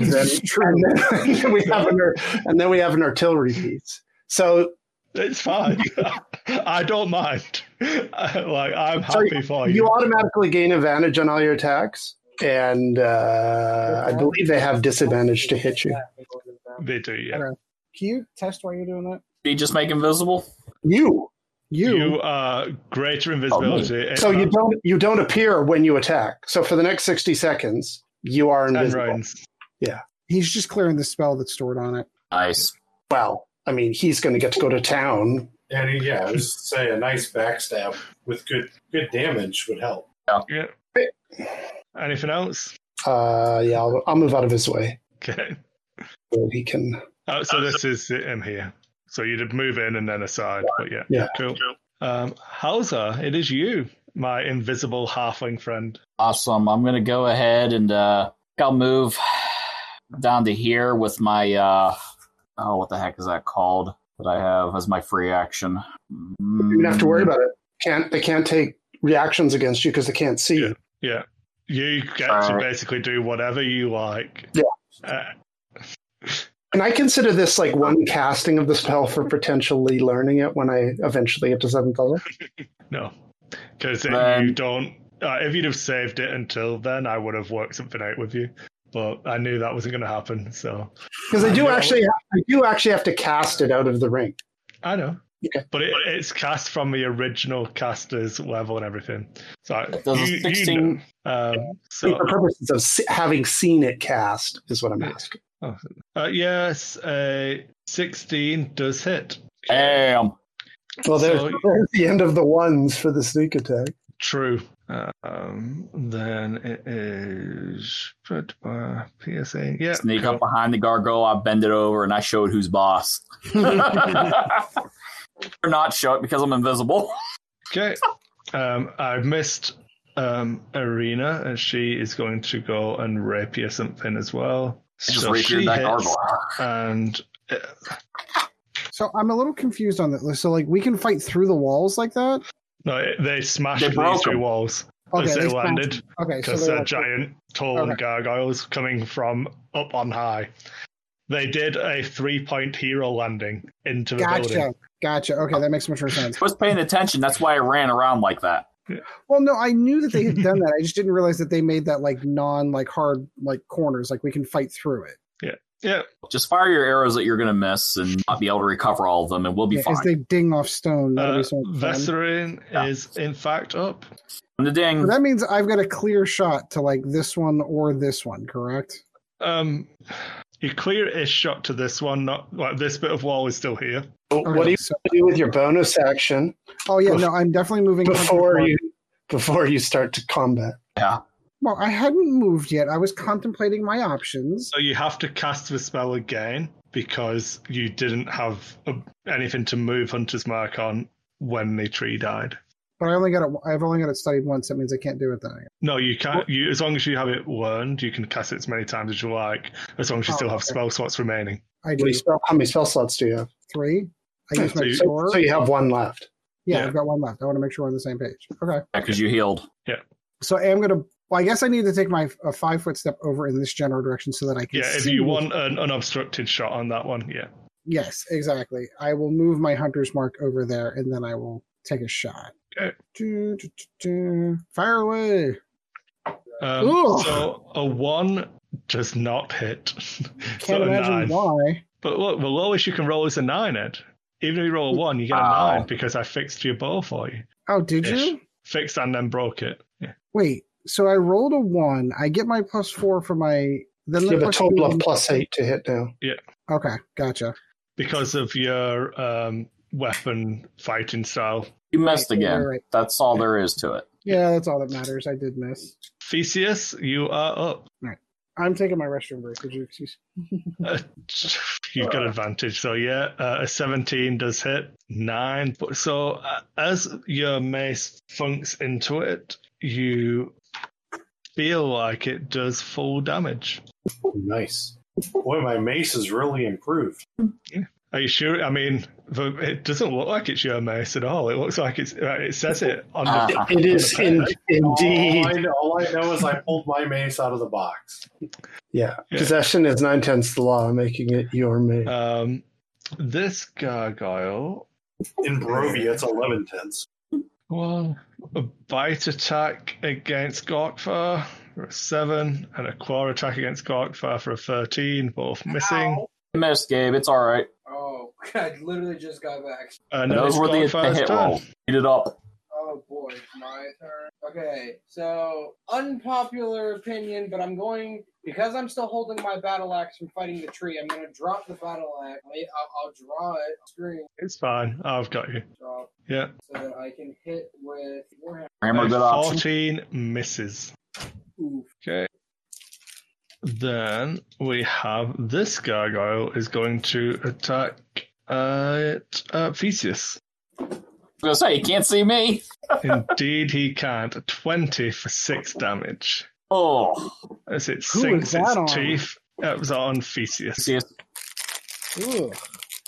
then, and then, and then we have an ar- and then we have an artillery piece. So It's fine. I don't mind. like, I'm So happy for Oh, you. you automatically gain advantage on all your attacks, and uh, I believe they have disadvantage to hit you. They do, yeah. Can you test why you're doing that? Did he just make invisible? You Oh, You, You. are greater invisibility. in so you round- don't you don't appear when you attack. So for the next sixty seconds, you are ten invisible. rounds. He's just clearing the spell that's stored on it. Nice. Well, I mean, he's going to get to go to town. And he- yeah, I was just say a nice backstab with good good damage would help. Yeah. Anything else? Uh, yeah, I'll, I'll move out of his way Okay. so he can Uh, so this is him here. So you'd move in and then aside, but yeah. Yeah. Cool. Um, Hauser, it is you, my invisible halfling friend. Awesome. I'm gonna go ahead and uh I'll move down to here with my uh oh what the heck is that called that I have as my free action. Mm. You don't have to worry about it. Can't they can't take reactions against you because they can't see you. You get to Alright. basically do whatever you like. Uh, Yeah. Uh, And I consider this like one casting of the spell for potentially learning it when I eventually get to seventh level. no. Because Then- you don't. Uh, if you'd have saved it until then, I would have worked something out with you. But I knew that wasn't going to happen. So Because I do No. actually, I do actually have to cast it out of the ring. I know. Okay. But it, it's cast from the original caster's level and everything. So I- Does a you, you 16 know. Um, so for purposes of se- having seen it cast is what I'm asking. uh, yes, uh, sixteen does hit. Damn. Well, there's, So- there's the end of the ones for the sneak attack. True. Uh, um, then it is uh, PSA. Yeah. Sneak cool. up behind the gargoyle, I bend it over, and I showed who's boss. or not show it because I'm invisible. Okay. Um, I've missed um, Arena, and she is going to go and rapier something as well. I just So rapiered she that hits, gargoyle. And uh, So I'm a little confused on that. So like we can fight through the walls like that. no, it- they smashed They these broke three 'em. walls Okay. as they they landed smashed- Okay. So because they're they're like- giant, tall Okay. gargoyles coming from up on high. They did a three-point hero landing into the Gotcha. building. Gotcha. Okay, that makes much more sense. I was paying attention. That's why I ran around like that. Well, no, I knew that they had done that. I just didn't realize that they made that like non like hard like corners. Like we can fight through it. Just fire your arrows that you're going to miss and not be able to recover all of them, and we'll be Yeah, fine. as they ding off stone. That'll Uh, be so much fun. Vesserin Yeah. is in fact up. On the So ding. that means I've got a clear shot to like this one or this one, correct? Um, you clear-ish shot to this one. Not like this bit of wall is still here. Okay, Oh, What do you so- do with your bonus action oh yeah, no, I'm definitely moving before contempla- you before you start to combat? Well, I hadn't moved yet. I was contemplating my options. So you have to cast the spell again because you didn't have uh, anything to move Hunter's Mark on when the tree died. But I only got it. I've only got it studied once. That means I can't do it then. No, you can't. You as long as you have it learned, you can cast it as many times as you like, as long as you Oh, still have okay. spell slots remaining. I How many do spell, how many spell slots do you have? three. I use So my you- So, sword. so you have one left. yeah, yeah. I've got one left. I want to make sure we're on the same page. Okay. because you healed. So I am gonna. Well, I guess I need to take my a five foot step over in this general direction so that I can. Yeah, if see you what's want an unobstructed shot on that one, yeah. Yes, exactly. I will move my hunter's mark over there and then I will take a shot. Okay. Do, do, do, do. Fire away. Um, Ooh. so a one does not hit. Can't so a imagine nine. why. But look, the lowest you can roll is a nine, Ed. Even if you roll a one, you get a Wow. nine because I fixed your bow for you. Oh, did Ish. you? Fixed and then broke it. Yeah. Wait, so I rolled a one. I get my plus four for my. Then You the have a plus total two- of plus eight to hit now. Okay, gotcha. Because of your um, weapon fighting style. You missed Right, again. right, right. That's all there is to it. Yeah, that's all that matters. I did miss. Theseus, you are up. I'm taking my restroom break. Could you excuse? Uh, you've got advantage. So yeah, uh, a seventeen does hit nine. But so uh, as your mace funks into it, you feel like it does full damage. Nice. Boy, my mace is really improved. Are you sure? I mean, the, it doesn't look like it's your mace at all. It looks like it's. uh, It says it on the. Uh-huh. It is in, All I, indeed. know, all I know is I pulled my mace out of the box. Yeah. Possession is nine tenths the law, making it your mate. Um, this gargoyle In Barovia, it's 11 tenths. Well, a bite attack against Gorkfar for a seven, and a claw attack against Gorkfar for a thirteen, both missing. Ow. You missed, Gabe. It's all right. Oh, I literally just got back. And And then those it's were the, the Gorkfar's hit turn. roll. Beat it up. Oh boy, it's my turn. Okay, so unpopular opinion, but I'm going because I'm still holding my battle axe from fighting the tree. I'm going to drop the battle axe. I- I'll, I'll draw it. Screen It's fine. I've got you. drop Yeah, so that I can hit with warhammer. Hammer, A good option. fourteen misses. Oof. Okay. Then we have this gargoyle is going to attack uh, uh Theseus. I was gonna say you can't see me. Indeed, he can't. Twenty for six damage. Oh, As it Who sinks was that its on? teeth. That was on Theseus. see, it's- Ugh.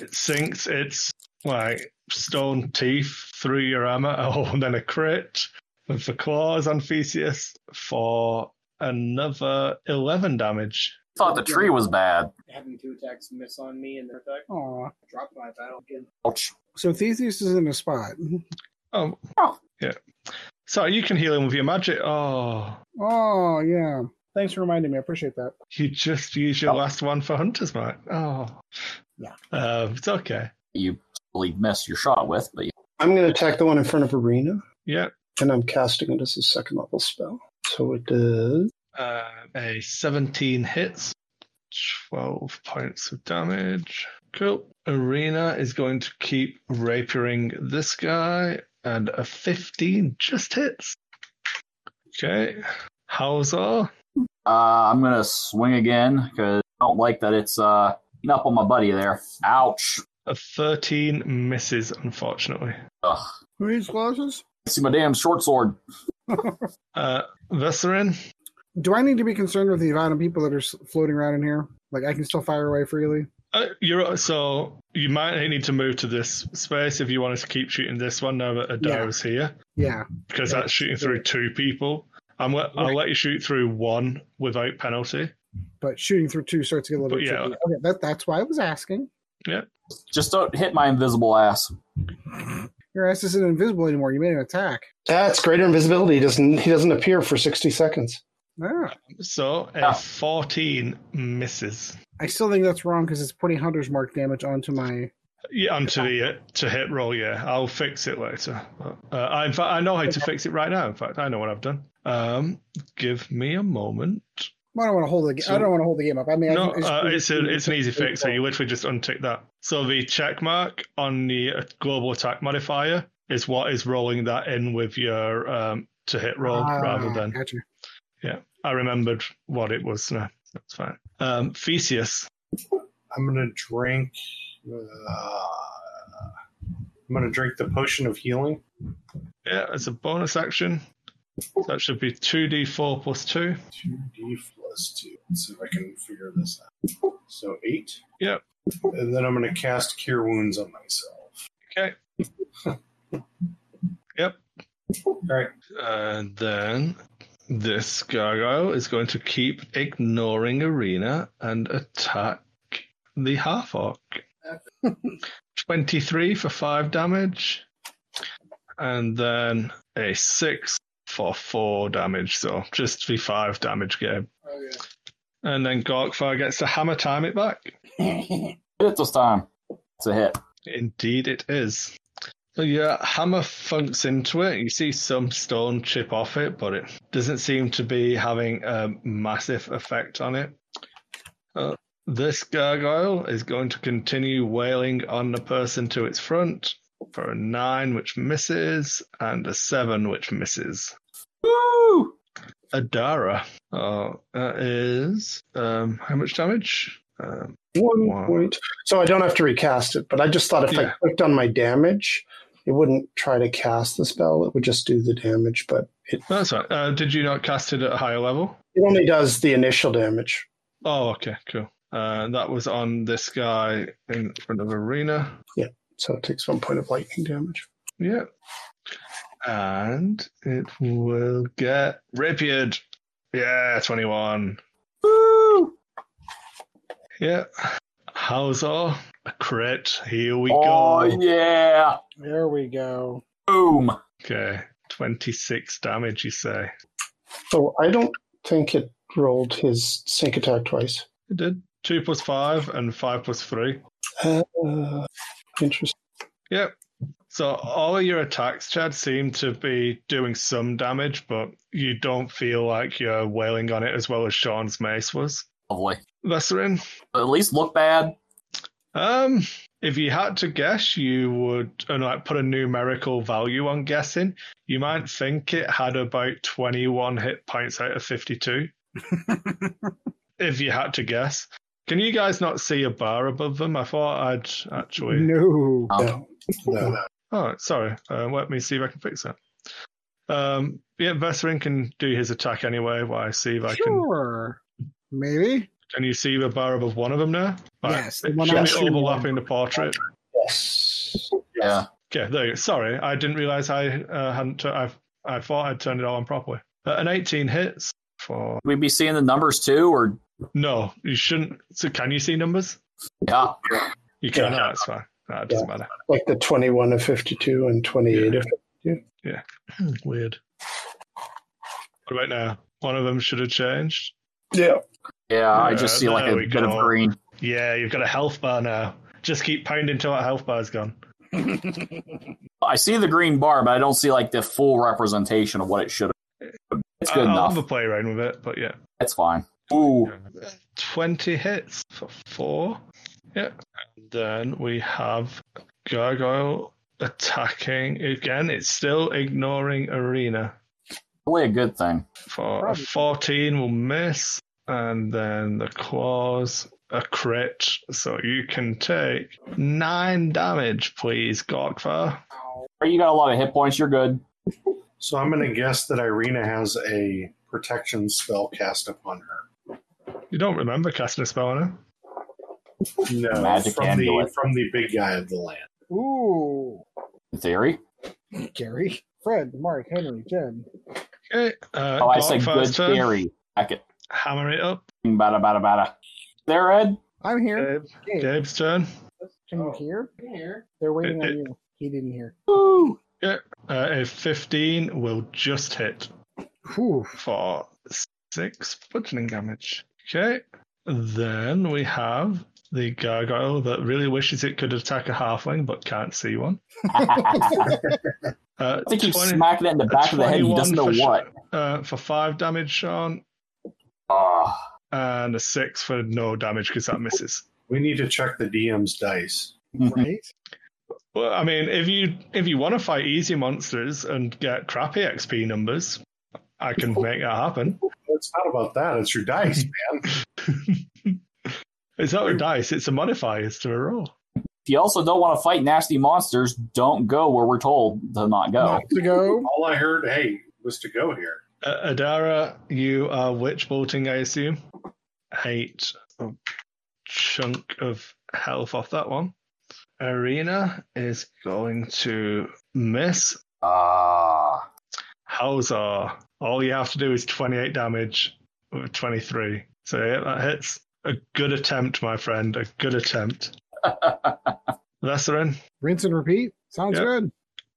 it sinks its like stone teeth through your armor. Oh, and then a crit with the claws on Theseus for another eleven damage. thought the tree was bad. Having two attacks miss on me and their attack. Aw. Drop my battle again. Ouch. So Theseus is in a spot. Oh, Oh. yeah. So you can heal him with your magic. Oh, Oh yeah. Thanks for reminding me. I appreciate that. you just used your last one for Hunter's Mark. Oh, Yeah. Um, it's okay. You really missed your shot with, but you I'm going to attack the one in front of Arena, Yeah. and I'm casting it as a second level spell. So it does. Uh, a seventeen hits, twelve points of damage. Cool. Arena is going to keep rapiering this guy, and a 15 just hits. Okay. Hauser. Uh, I'm gonna swing again because I don't like that it's uh beating up on my buddy there. Ouch. A 13 misses, unfortunately. Ugh. Who needs glasses? See my damn short sword. Uh, Vesserin. Do I need to be concerned with the amount of people that are s- floating around in here? Like I can still fire away freely. Uh, you're so you might need to move to this space if you want us to keep shooting this one now that Yeah. Adair's here. Yeah. because Yeah, that's shooting do through two people. I'm let, I'll Right. let you shoot through one without penalty. But shooting through two starts to get a little But bit yeah. tricky. Okay, that, that's why I was asking. Just don't hit my invisible ass. Your ass isn't invisible anymore. You made an attack. That's greater invisibility. He doesn't he doesn't appear for sixty seconds. Ah, So a Ah. 14 misses. I still think that's wrong because it's putting hunter's mark damage onto my. Yeah, and to the uh, to hit roll. Yeah, I'll fix it later. Uh, I, in fact, I know how to fix it right now. In fact, I know what I've done. Um, give me a moment. I don't want to hold the. Ga- I So- don't want to hold the game up. I mean, No, I, can- uh, it's a, it's an easy fix. So Well, you literally just untick that. So the check mark on the uh, global attack modifier is what is rolling that in with your um, to hit roll Ah, rather than Gotcha. I remembered what it was now. That's fine. Um, Theseus. I'm going to drink. Uh, I'm I'm going to drink the potion of healing. Yeah, as a bonus action, that should be 2d4 plus 2. 2d plus 2. Let's see if I can figure this out. So 8. Yep. And then I'm going to cast Cure Wounds on myself. Okay. All right. And then this gargoyle is going to keep ignoring Arena and attack the half orc. 23 for 5 damage. And then a 6 for 4 damage. So just the 5 damage game. Okay. And then Gorkfire gets to hammer time it back. Hit it this time. It's a hit. Indeed, it is. So your hammer thumps into it. You see some stone chip off it, but it doesn't seem to be having a massive effect on it. Uh, this gargoyle is going to continue wailing on the person to its front for a nine, which misses, and a seven, which misses. Woo! Adara uh, that is um, how much damage? Um, One Wow. point. So I don't have to recast it, but I just thought if I Yeah. clicked on my damage, it wouldn't try to cast the spell. It would just do the damage, but it, that's right. Uh, did you not cast it at a higher level? it only does the initial damage. Oh, okay, cool. Uh, that was on this guy in front of arena. So it takes one point of lightning damage. Yeah. And it will get rapiered. Yeah, 21. Woo! Yeah. How's all? A crit. Here we Oh, go. yeah. There we go. Boom. Okay. 26 damage, you say. So I don't think it rolled his sync attack twice. It did. 2 plus 5 and 5 plus 3. Uh, interesting. So all of your attacks, Chad, seem to be doing some damage, but you don't feel like you're wailing on it as well as Sean's mace was. Lovely. Vesserin? At least look bad. Um, if you had to guess, you would and like put a numerical value on guessing. You might think it had about twenty-one hit points out of fifty-two. if you had to guess, can you guys not see a bar above them? I thought I'd actually. No. Um, No. No. Oh, sorry. Uh, let me see if I can fix that. Um, yeah, Vesserin can do his attack anyway. While I see if I can. Sure. Maybe. Can you see the bar above one of them now? Yes, the it one should I'm be shooting at. overlapping the portrait. Yes. yeah. Okay, there you go. Sorry, I didn't realize I uh, hadn't. tu- I I thought I'd turned it all on properly. Uh, an 18 hits for We'd be seeing the numbers too, or no. You shouldn't. So can you see numbers? yeah. You can. Yeah. No, that's fine. No, it doesn't matter. Like the 21 of 52 and 28 Yeah. of Hmm, Weird. What about now? One of them should have changed. Yeah. Yeah, I just Yeah, see like there a we bit go. of green. Yeah, you've got a health bar now. Just keep pounding till that health bar's gone. I see the green bar, but I don't see like the full representation of what it should have. It's good I, I'll enough. have a play around with it, but yeah. It's fine. Ooh. 20 hits for four. Yeah. And then we have Gargoyle attacking again. It's still ignoring Arena. Probably a good thing. For Probably. a 14 will miss. And then the claws, a crit. So you can take nine damage, please, Gorkfar. Ow. You got a lot of hit points. You're good. So I'm going to guess that Irina has a protection spell cast upon her. You don't remember casting a spell on her? No, Magic from the amulet. from the big guy of the land. Ooh. In theory. Gary, Fred, Mark, Henry, Jen. Okay. Uh, Oh, I said good Gorkfar's turn. theory. I could. Mm, Hammer it up. Bada, bada, bada. There, Ed. I'm here. Gabe, Gabe, Gabe's turn. Oh. can you hear? Here. They're waiting on you. He didn't hear. Ooh. Uh, a 15 will just hit. Whew. for six bludgeoning damage. Okay. Then we have the gargoyle that really wishes it could attack a halfling but can't see one. I Uh, think he's 20 smacking it in the a back of the head. He 21 doesn't know for sh- what. uh, for five damage, Sean, Oh, and a six for no damage because that misses. We need to check the DM's dice. Right? Well, I mean, if you if you want to fight easy monsters and get crappy XP numbers, I can make that happen. It's not about that. It's your dice, man. It's not a dice; it's a modifier. It's to a roll. If you also don't want to fight nasty monsters, don't go where we're told to not go. Not to go. All I heard, hey, was to go here. Uh, Adara, you are witch bolting, I assume. Eight a chunk of health off that one. Arena is going to miss. Ah, Hauser, all you have to do is 28 damage with 23. So yeah, that hits. A good attempt, my friend. A good attempt. Lesserin, Rinse and repeat. Sounds Yep. good.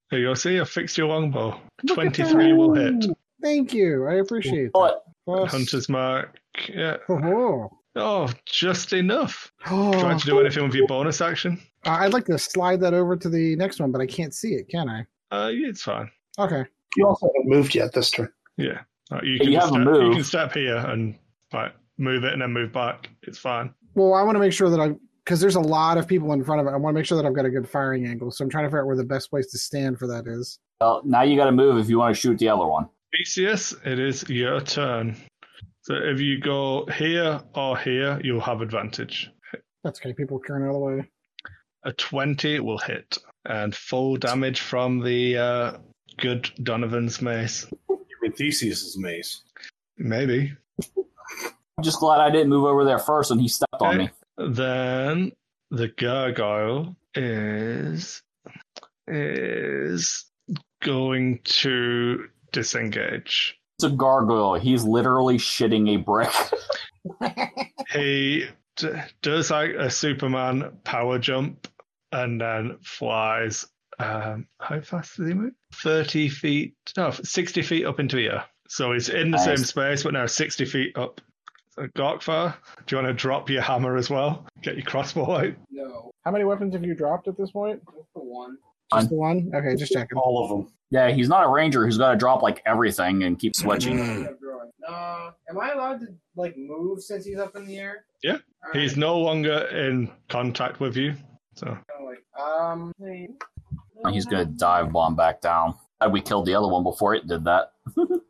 here you go. See, I fixed your longbow. Look at 23 will that. hit. Thank you. I appreciate Well, that. Plus- Hunter's mark. Yeah. Oh. Oh, just enough. Trying Oh. to do anything with your bonus action? Uh, I'd like to slide that over to the next one, but I can't see it, can I? Uh, yeah, it's fine. Okay. You also haven't moved yet this turn. Yeah. Uh, you, you have a step, you move. can step here and like move it and then move back. It's fine. Well, I want to make sure that I, because there's a lot of people in front of it, I want to make sure that I've got a good firing angle. So I'm trying to figure out where the best place to stand for that is. well, now you got to move if you want to shoot the other one. Theseus, it is your turn. So if you go here or here, you'll have advantage. That's okay. People turn out of the way. A 20 will hit and full damage from the uh, good Donovan's mace. You're in Theseus's maze. Maybe. I'm just glad I didn't move over there first and he stepped on me. Then the gargoyle is is going to disengage. It's a gargoyle. He's literally shitting a brick. He d- does like a Superman power jump and then flies. Um, how fast does he move? Thirty feet, no, sixty feet up into here. So he's in the Nice. same space, but now sixty feet up. So Gorkfar, do you want to drop your hammer as well? Get your crossbow out. No, How many weapons have you dropped at this point? that's the one. Just the one? Okay, just checking. All of them. yeah, he's not a ranger who's got to drop like everything and keep switching. Nah, am I allowed to like move since he's up in the air? Yeah. All right. He's no longer in contact with you. So Kinda like, um, hey. He's going to dive bomb back down. Glad we killed the other one before it did that. um,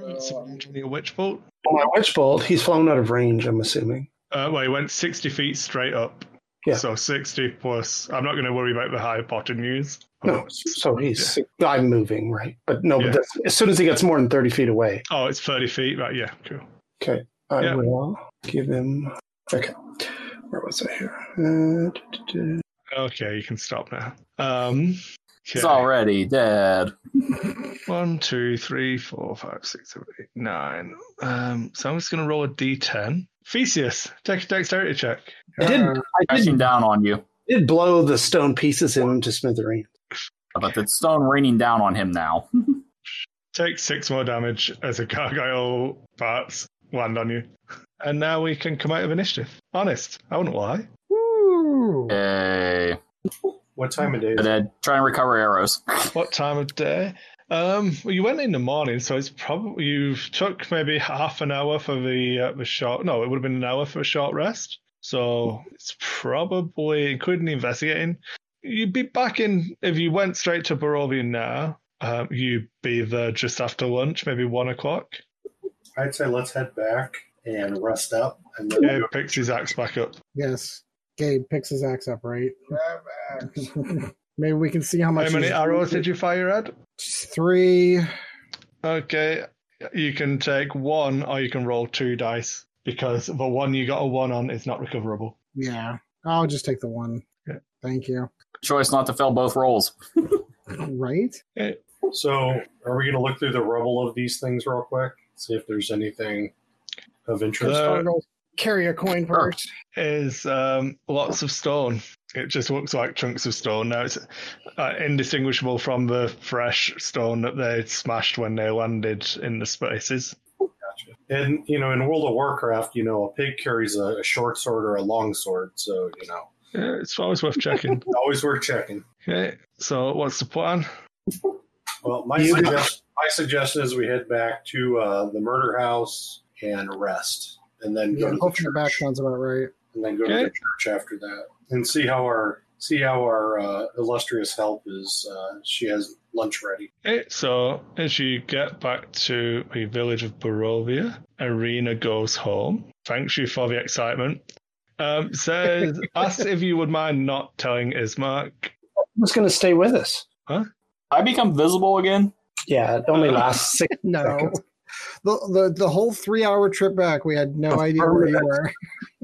it's So, surrounding a witch bolt. Well, Oh, my witch bolt, he's flown out of range, I'm assuming. Uh, well, he went sixty feet straight up. Yeah. So sixty plus. I'm not going to worry about the hypotenuse. No, so he's I'm moving, right? But no, Yeah. but that's, as soon as he gets more than 30 feet away, Oh, it's thirty feet. Right? Yeah. Cool. Okay, I Yeah. will give him. Okay, where was I here? Uh, duh, duh, duh. Okay, you can stop now. Um. He's Okay. already dead. One, two, three, four, five, six, seven, eight, nine. Um. So I'm just going to roll a d10. Theseus, take a dexterity check. I Uh, did. I Crashing did, down on you. did blow the stone pieces in to smithereens. But the stone raining down on him now. Take six more damage as a gargoyle parts land on you. And now we can come out of initiative. Honest, I wouldn't lie. Woo! Hey. What time of day And is it? then try and recover arrows. What time of day? Um, well, you went in the morning, so it's probably you took maybe half an hour for the uh, the short. No, it would have been an hour for a short rest. So it's probably including investigating. You'd be back in if you went straight to Barovia now. Um, you'd be there just after lunch, maybe one o'clock. I'd say let's head back and rest up. And then Yeah, picks his axe back up. Yes. Gabe picks his axe up, right? grab axe. Maybe we can see how much. How many he's- arrows did you fire at? Three. Okay, you can take one or you can roll two dice because the one you got a one on is not recoverable. Yeah. I'll just take the one. Yeah. Thank you. Choice not to fail both rolls. Right? So, are we going to look through the rubble of these things real quick? See if there's anything of interest. Uh, oh. Stargell, carry a coin first. Is um, lots of stone. It just looks like chunks of stone. Now it's uh, indistinguishable from the fresh stone that they smashed when they landed in the spaces. and you know, in World of Warcraft, you know, a pig carries a, a short sword or a long sword, so you know, Yeah, it's always worth checking. always worth checking. okay, so what's the plan? Well, my You- suggestion, my suggestion is we head back to uh, the murder house and rest, and then go Yeah, to the hopefully the back church, sounds about right. and then go to Okay. the church after that, and see how our see how our uh, illustrious help is. Uh, she has lunch ready. Okay, so as you get back to the village of Barovia, Arena goes home. Thanks you for the excitement. Um, says, asks if you would mind not telling Ismark. It's going to stay with us. I become visible again. Yeah, it only lasts six. No. The, the the whole three hour trip back, we had no Oh, idea where you permanent. were.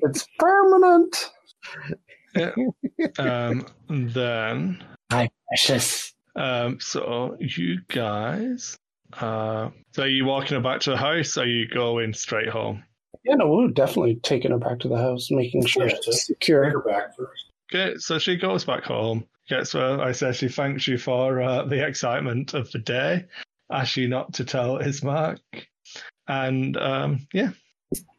It's permanent. Um, then, Precious. um, so you guys, uh, so are you walking her back to the house? Or are you going straight home? Yeah, no, we were definitely taking her back to the house, making sure Yeah, she's just- secure. You're back first. Okay, so she goes back home. Gets well. I said she thanks you for uh, the excitement of the day. Asked you not to tell Ismark. And um, yeah,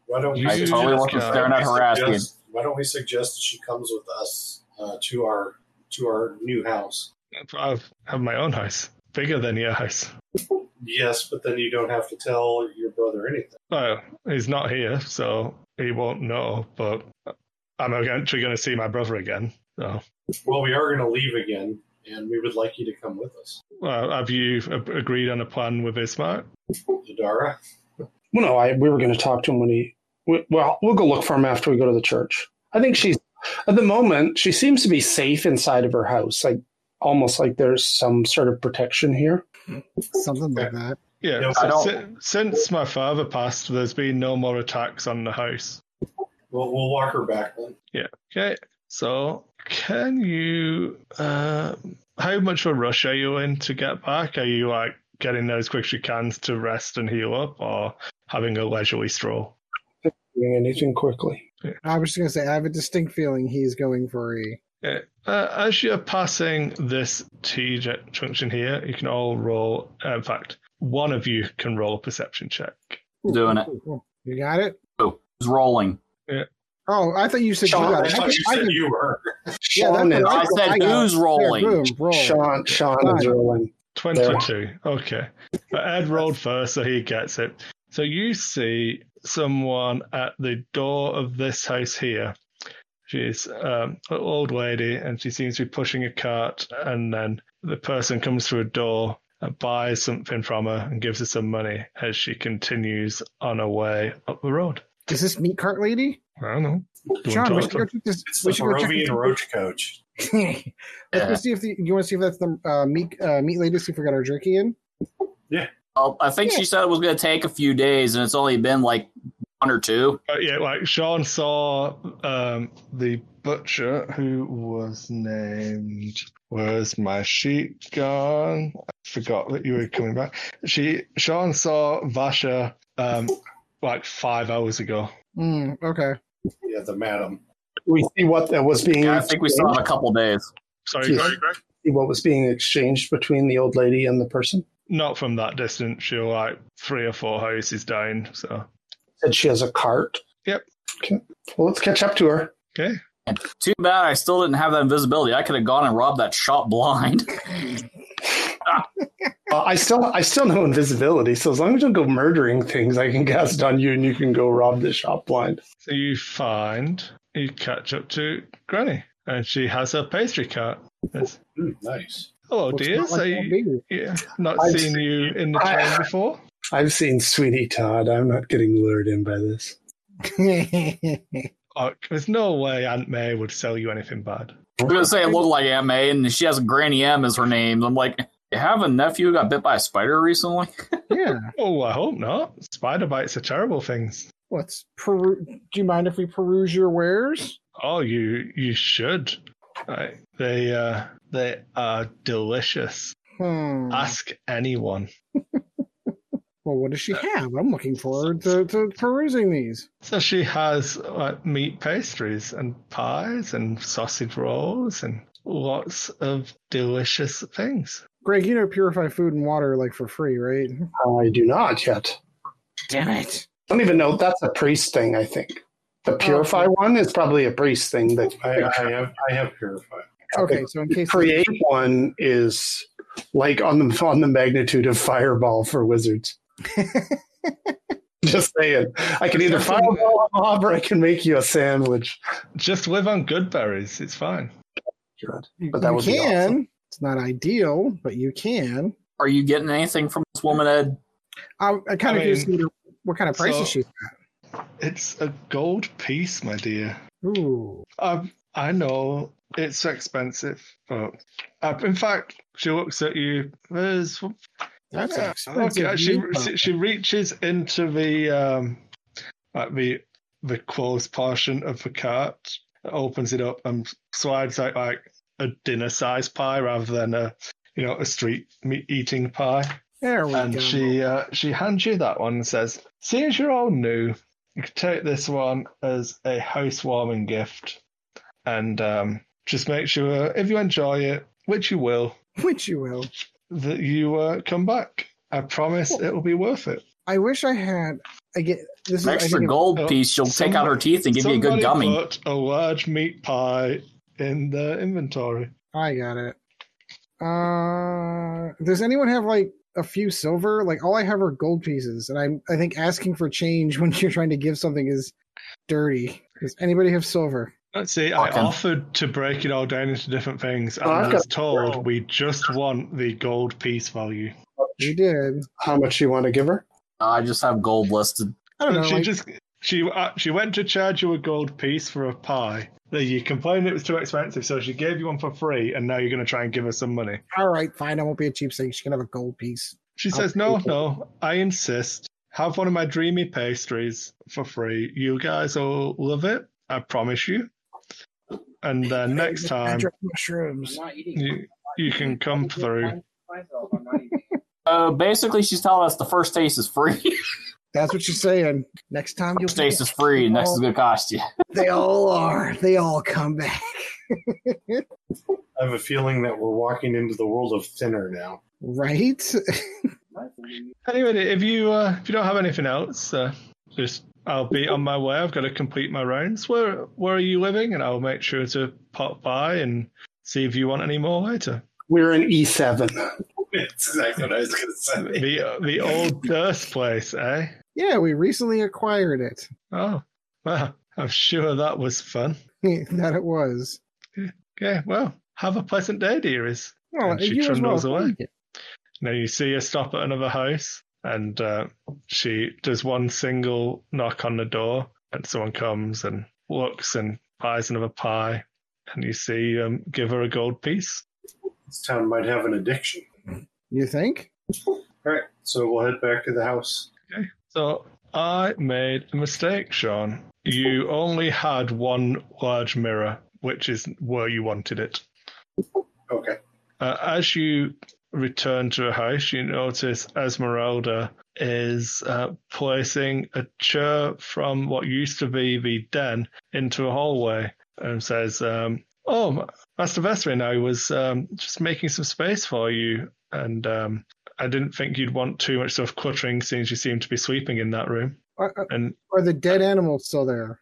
Why don't we I suggest- totally wasn't why staring at don't we her ass, suggest- Why don't we suggest that she comes with us uh, to our to our new house? I have my own house, bigger than your house. Yes, but then you don't have to tell your brother anything. Well, he's not here, so he won't know. But I'm eventually going to see my brother again. So, Well, we are going to leave again, and we would like you to come with us, well, have you a- agreed on a plan with Ismark? Adara. Well, no, I we were going to talk to him when he. We, well, we'll go look for him after we go to the church. I think she's at the moment she seems to be safe inside of her house, like almost like there's some sort of protection here. Something like that. Yeah. No, I so don't- si- since my father passed, there's been no more attacks on the house. We'll, we'll walk her back then. Okay. So, can you? Uh, how much of a rush are you in to get back? Are you like getting there as quick as you can to rest and heal up, or having a leisurely stroll? Doing anything quickly. I was just gonna say I have a distinct feeling he's going for a Uh, as you're passing this T ju- junction here, you can all roll. Uh, in fact, one of you can roll a perception check. Doing it. You got it? Oh, it's rolling. Oh, I thought you said Sean, you got I it. thought can- you I said can- you were. Sean that's is, what I said, got it. who's There, rolling? boom, roll. Sean Sean is Fine. rolling. 22. Okay. But Ed rolled first, so he gets it. So you see someone at the door of this house here. She's um, an old lady and she seems to be pushing a cart. And then the person comes through a door and buys something from her and gives her some money as she continues on her way up the road. Is this meat cart lady? I don't know. You wanna Sean, we talk should to go her? check this. It's We the should go check Barovian this. Roach Coach. Let's go Yeah. see if the, you want to see if that's the uh, meat uh, meat lady. See if we got our jerky in. Oh, I think she said it was going to take a few days, and it's only been like one or two. But yeah, like Sean saw um, the butcher who was named. Where's my sheep gone? I forgot that you were coming back. She Sean saw Vasha um, like five hours ago. Mm, okay. Yeah, the madam. We see what that was being Yeah, I think we still have a couple days. Sorry, Yes. Greg. see what was being exchanged between the old lady and the person. Not from that distance. She was like three or four houses down. So Said she has a cart. Yep. Okay. Well, let's catch up to her. okay, Too bad I still didn't have that invisibility. I could have gone and robbed that shop blind. Uh, I still, I still know invisibility. So as long as you don't go murdering things, I can cast on you, and you can go rob the shop blind. so you find you catch up to Granny, and she has her pastry cart. Says, Mm, nice. Hello, Looks dear. not like so that you, big. yeah, not I've seen you in the I- town before. I've seen Sweetie Todd. I'm not getting lured in by this. Oh, there's no way Aunt May would sell you anything bad. I'm going to say it looked like Aunt May, and she has Granny M as her name. I'm like, you have a nephew who got bit by a spider recently? yeah. Oh, I hope not. Spider bites are terrible things. Let's peru- Do you mind if we peruse your wares? Oh, you you should. I- they uh, they are delicious. Hmm. Ask anyone. Well, what does she have? I'm looking forward to, to perusing these. So she has uh, meat pastries and pies and sausage rolls and lots of delicious things. Greg, you know, purify food and water like for free, right? I do not yet. Damn it! Oh. I don't even know. That's a priest thing, I think. The purify one is probably a priest thing. That I, I have I have purified. Okay, so in case create one is like on the on the magnitude of fireball for wizards. Just saying, I can either fireball a mob or I can make you a sandwich. Just live on good berries. It's fine. you, but that you would be can. awesome. It's not ideal, but you can. Are you getting anything from this woman, Ed? I'm, I'm kind I of curious mean, what kind of prices so- she's. It's a gold piece, my dear. Ooh. Um, I know it's expensive, but uh, in fact, she looks at you. There's That's Yeah, an expensive. okay, meat she, puppet. she reaches into the um, like the the closed portion of the cart, opens it up, and slides out like a dinner size pie rather than a you know a street meat eating pie. there we And go. she uh, she hands you that one and says, "Seeing as you're all new, you can take this one as a housewarming gift, and um, just make sure if you enjoy it, which you will, Which you will. that you uh, come back. I promise it will be worth it." I wish I had. I get this is An I extra think it- gold uh, piece, she'll take out her teeth and give you a good Somebody gummy. put a large meat pie in the inventory. I got it. Uh, does anyone have like a few silver? Like all I have are gold pieces, and I'm I think asking for change when you're trying to give something is dirty. Does anybody have silver? Let's see. I Fucking- offered to break it all down into different things, and Oh, I've I got- was told we just want the gold piece value. You did. How much you want to give her? I just have gold listed. I don't know. But she like- just she uh, she went to charge you a gold piece for a pie. Then you complained it was too expensive, so she gave you one for free, and now you're going to try and give her some money. all right, fine. I won't be a cheapskate. She can have a gold piece. She I'll says, "No, take it." no, I insist. Have one of my dreamy pastries for free. You guys will love it. I promise you." And then next time Magic mushrooms. I'm not eating. it. you you can I'm come just through. lying to Myself, I'm not eating. it. Uh, basically, she's telling us the first taste is free. That's what she's saying. Next time you'll first taste get is free, next is going to cost you. They all are. They all come back. I have a feeling that we're walking into the world of thinner now. Right? My food. Anyway, if you uh, if you don't have anything else, uh, just I'll be on my way. I've got to complete my rounds. Where where are you living? And I'll make sure to pop by and see if you want any more later. We're in E E7. That's exactly what I was going to say. The uh, the old Durst place, eh? yeah, we recently acquired it. Oh, well, I'm sure that was fun. that it was. Okay, well, have a pleasant day, dearies. Well, And she you as well. trundles away. Thank you. Now you see her stop at another house, and uh, she does one single knock on the door, and someone comes and looks and buys another pie, and you see um, give her a gold piece. This town might have an addiction. You think? All right, so we'll head back to the house. So I made a mistake, Sean. You only had one large mirror, which is where you wanted it. Okay. Uh, as you return to her house, you notice Esmeralda is uh, placing a chair from what used to be the den into a hallway and says, um, Oh, Ma- Master Vestrin, I was um, just making some space for you. And um, I didn't think you'd want too much stuff cluttering since you seem to be sleeping in that room. Are, are- And are the dead animals still there?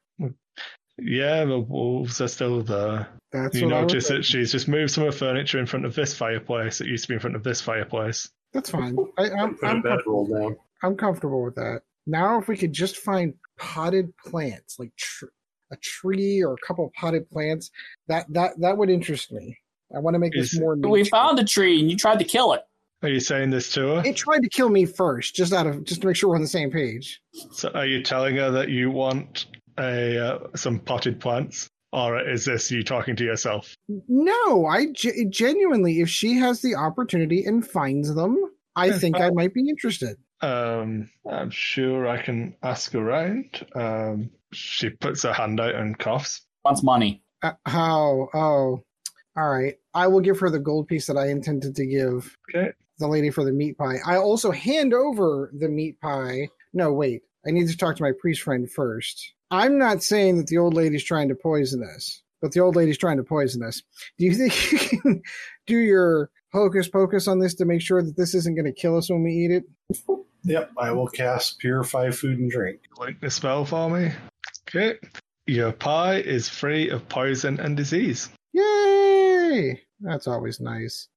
yeah, the wolves are still there. That's you what I was notice that thinking. she's just moved some of her furniture in front of this fireplace that used to be in front of this fireplace. That's fine. I, I'm, Put a I'm, bedroll down. I'm comfortable with that. Now, if we could just find potted plants, like tr- a tree or a couple of potted plants, that that that would interest me. I want to make this Is- more. We nature. found a tree and you tried to kill it. Are you saying this to her? It tried to kill me first, just out of just to make sure we're on the same page. So are you telling her that you want a uh, some potted plants, or is this you talking to yourself? No, I ge- genuinely, if she has the opportunity and finds them, I Yeah, think I might be interested. Um, I'm sure I can ask around. Um, she puts her hand out and coughs. Wants money. Uh, oh, oh, all right. I will give her the gold piece that I intended to give Okay. the lady for the meat pie. I also hand over the meat pie. No, wait. I need to talk to my priest friend first. I'm not saying that the old lady's trying to poison us, but the old lady's trying to poison us. Do you think you can do your hocus pocus on this to make sure that this isn't going to kill us when we eat it? Yep, I will cast Purify Food and Drink. Link the spell for me. Okay. Your pie is free of poison and disease. Yay! That's always nice.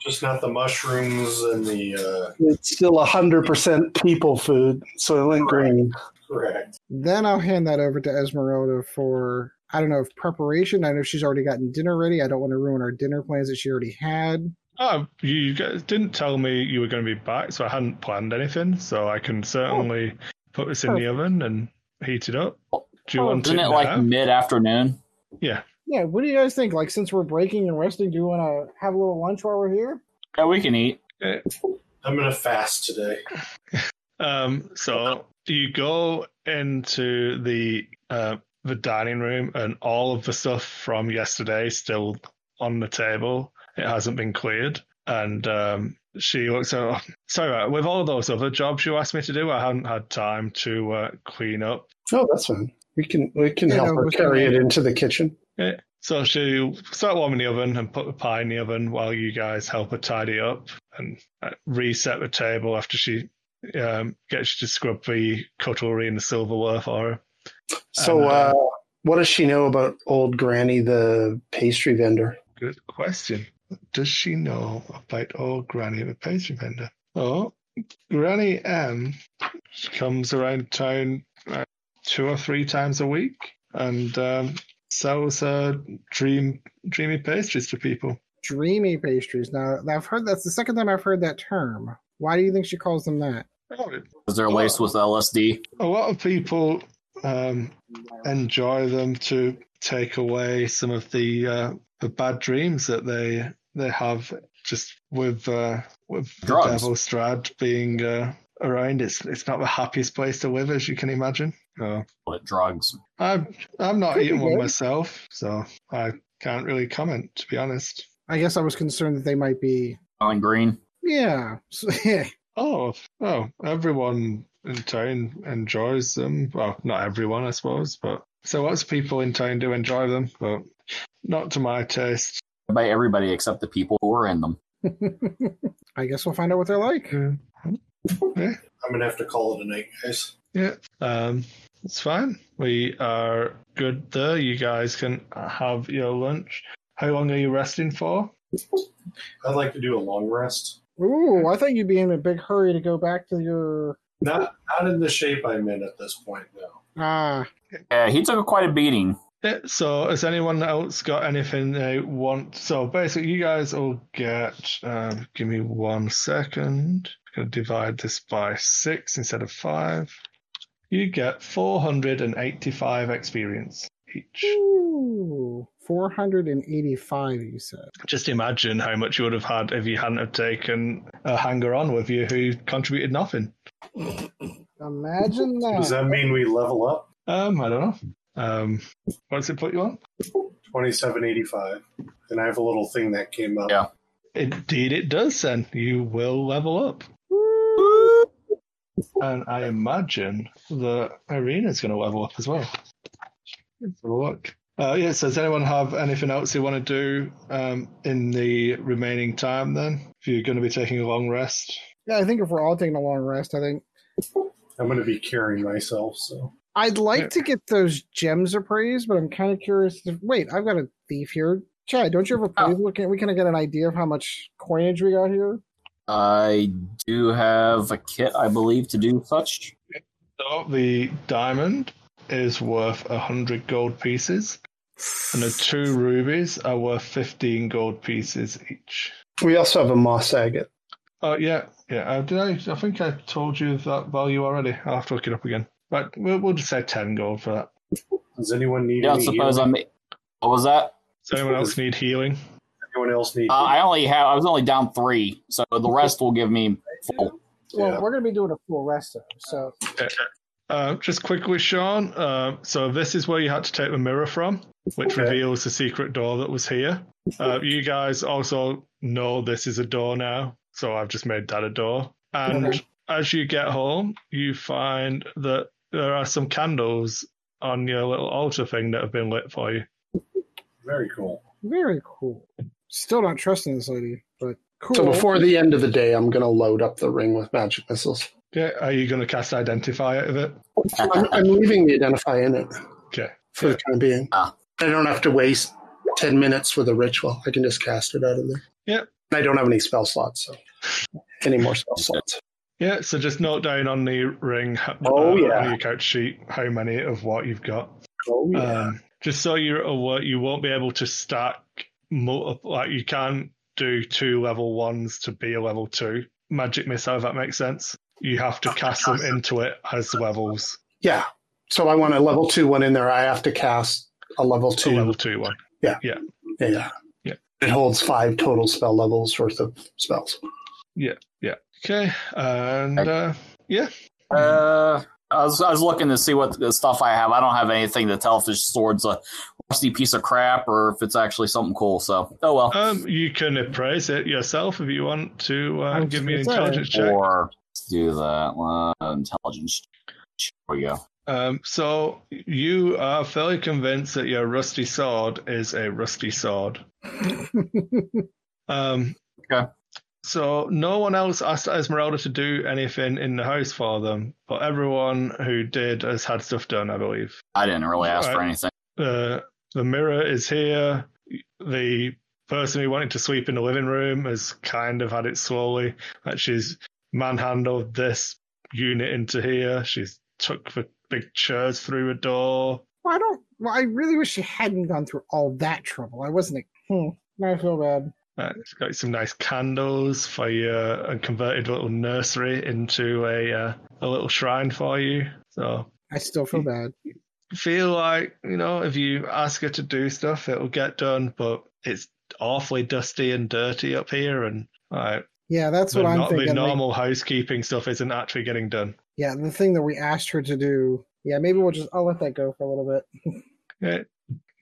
Just not the mushrooms and the. uh, It's still 100% people food, soil and green. Uh, correct. Then I'll hand that over to Esmeralda for I don't know if preparation. I know she's already gotten dinner ready. I don't want to ruin our dinner plans that she already had. Oh, you guys didn't tell me you were going to be back, so I hadn't planned anything. So I can certainly put this in the oven and heat it up. Do you Oh, want Isn't it, it, like now? mid afternoon? Yeah, what do you guys think? Like, since we're breaking and resting, do you want to have a little lunch while we're here? Yeah, we can eat. I'm gonna fast today. Um, so you go into the uh, the dining room, and all of the stuff from yesterday is still on the table. It hasn't been cleared, and um, she looks at. "Oh, Sorry, about- with all those other jobs you asked me to do, I haven't had time to uh, clean up. Oh, that's fine. We can we can Yeah, help no, her we can- carry it into the kitchen. So she start warming the oven and put the pie in the oven while you guys help her tidy up and uh, reset the table after she um, gets you to scrub the cutlery and the silverware for her. So, And, uh, uh, what does she know about old Granny, the pastry vendor? Good question. Does she know about old Granny the pastry vendor? Oh, Granny M comes around town uh, two or three times a week and um, sells uh, dream dreamy pastries to people. Dreamy pastries. Now, I've heard that's the second time I've heard that term. Why do you think she calls them that? Oh, Because they're laced with LSD. a lot of people um, enjoy them to take away some of the uh, the bad dreams that they they have just with uh, with Drugs. the devil strad being uh, around. It's it's not the happiest place to live, as you can imagine. No. But drugs. I've I've not Could be eaten one good. myself, so I can't really comment. To be honest. I guess I was concerned that they might be. Alan Green. Yeah. So, Oh, oh, everyone in town enjoys them. Well, not everyone, I suppose, but so lots of people in town do enjoy them, but not to my taste. By everybody except the people who are in them. I guess we'll find out what they're like. Yeah. I'm gonna have to call it a night, guys. Um, it's fine. We are good there. You guys can have your lunch. How long are you resting for? I'd like to do a long rest. Ooh, I thought you'd be in a big hurry to go back to your. Not not in the shape I'm in at this point, though. Ah, Yeah, he took quite a beating. Yeah, so has anyone else got anything they want? So basically, you guys all get. Um, give me one second. I'm gonna divide this by six instead of five. You get four hundred and eighty-five experience each. ooh, 485, you said. Just imagine how much you would have had if you hadn't have taken a hanger-on with you who contributed nothing. Imagine Does that. that mean we level up? Um, I don't know. Um, what's it put you on? Twenty-seven eighty-five, and I have a little thing that came up. Yeah. Indeed, it does. Then you will level up. And I imagine the arena's going to level up as well. Let's have a look. Uh, yeah, so does anyone have anything else they want to do um, in the remaining time then? If you're going to be taking a long rest? Yeah, I think if we're all taking a long rest, I think I'm gonna be carrying myself, so I'd Yeah. like to get those gems appraised, but I'm kind of curious. If, wait, I've got a thief here. Chad, don't you have appraise? We Can we kind of get an idea of how much coinage we got here? I do have a kit, I believe, to do such. So the diamond is worth 100 gold pieces, and the two rubies are worth 15 gold pieces each. We also have a moss agate. Oh yeah, yeah. Uh, did I? I think I told you that value already. I'll have to look it up again. But we'll, we'll just say ten gold for that. does anyone need? You don't any suppose I'm. What was that? Does anyone else need healing? Anyone else need? Uh, I only have. I was only down three, so the rest will give me full. Well, Yeah. we're going to be doing a full rest, though, so Uh, just quickly, Sean. Uh, so this is where you had to take the mirror from, which Okay. reveals the secret door that was here. Uh, you guys also know this is a door now, so I've just made that a door. And Okay. as you get home, you find that there are some candles on your little altar thing that have been lit for you. Very cool. very cool. Still not trusting this lady, but cool. So before the end of the day, I'm going to load up the ring with magic missiles. Yeah, are you going to cast Identify out of it? I'm, I'm leaving the identify in it Okay. for the time being. Ah. I don't have to waste ten minutes with a ritual. I can just cast it out of there. Yep. I don't have any spell slots, so any more spell slots. Yeah, so just note down on the ring h- Oh, yeah. on your couch sheet how many of what you've got. Oh Uh, Um, just so you're aware, you won't be able to stack multiple. Like you can't do two level ones to be a level two magic missile. If that makes sense, you have to cast them into it as levels. yeah. So I want a level two one in there. I have to cast a level Two two. level two one. Yeah, yeah. Yeah. It holds five total spell levels worth of spells. Okay, and uh, Uh, I was, I was looking to see what the stuff I have. I don't have anything to tell if this sword's a rusty piece of crap or if it's actually something cool. So, oh well. um, you can appraise it yourself if you want to I uh, was give me an gonna say. intelligence check. or let's do that uh, intelligence. There we go. Um, so you are fairly convinced that your rusty sword is a rusty sword. um, Okay. So no one else asked Esmeralda to do anything in the house for them, but everyone who did has had stuff done, I believe. I didn't really ask for Alright. anything. Uh, the mirror is here. The person who wanted to sweep in the living room has kind of had it slowly. Like she's manhandled this unit into here. She's took the big chairs through a door. Well, I don't. Well, I really wish she hadn't gone through all that trouble. I wasn't. A, hmm, now I feel bad. Uh, it's got some nice candles for you, uh, and converted little nursery into a uh, a little shrine for you. So I still feel bad. feel like you know if you ask her to do stuff, it'll get done. But it's awfully dusty and dirty up here, and like Yeah, that's the, what I'm no- the thinking. like, normal housekeeping stuff isn't actually getting done. yeah, the thing that we asked her to do. Yeah, maybe we'll just. I'll let that go for a little bit. Yeah,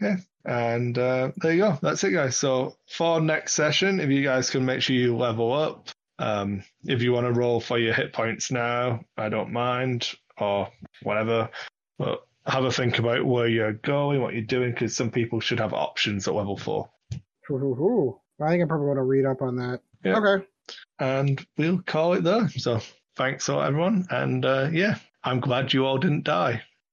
yeah. And uh, there you go. That's it, guys. So for next session, if you guys can make sure you level up. Um, if you want to roll for your hit points now, I don't mind or whatever. But have a think about where you're going, what you're doing, because some people should have options at level four. Hoo, hoo, hoo. I think I probably want to read up on that. Yeah. Okay. And we'll call it there. So thanks, all everyone. And uh, yeah, I'm glad you all didn't die.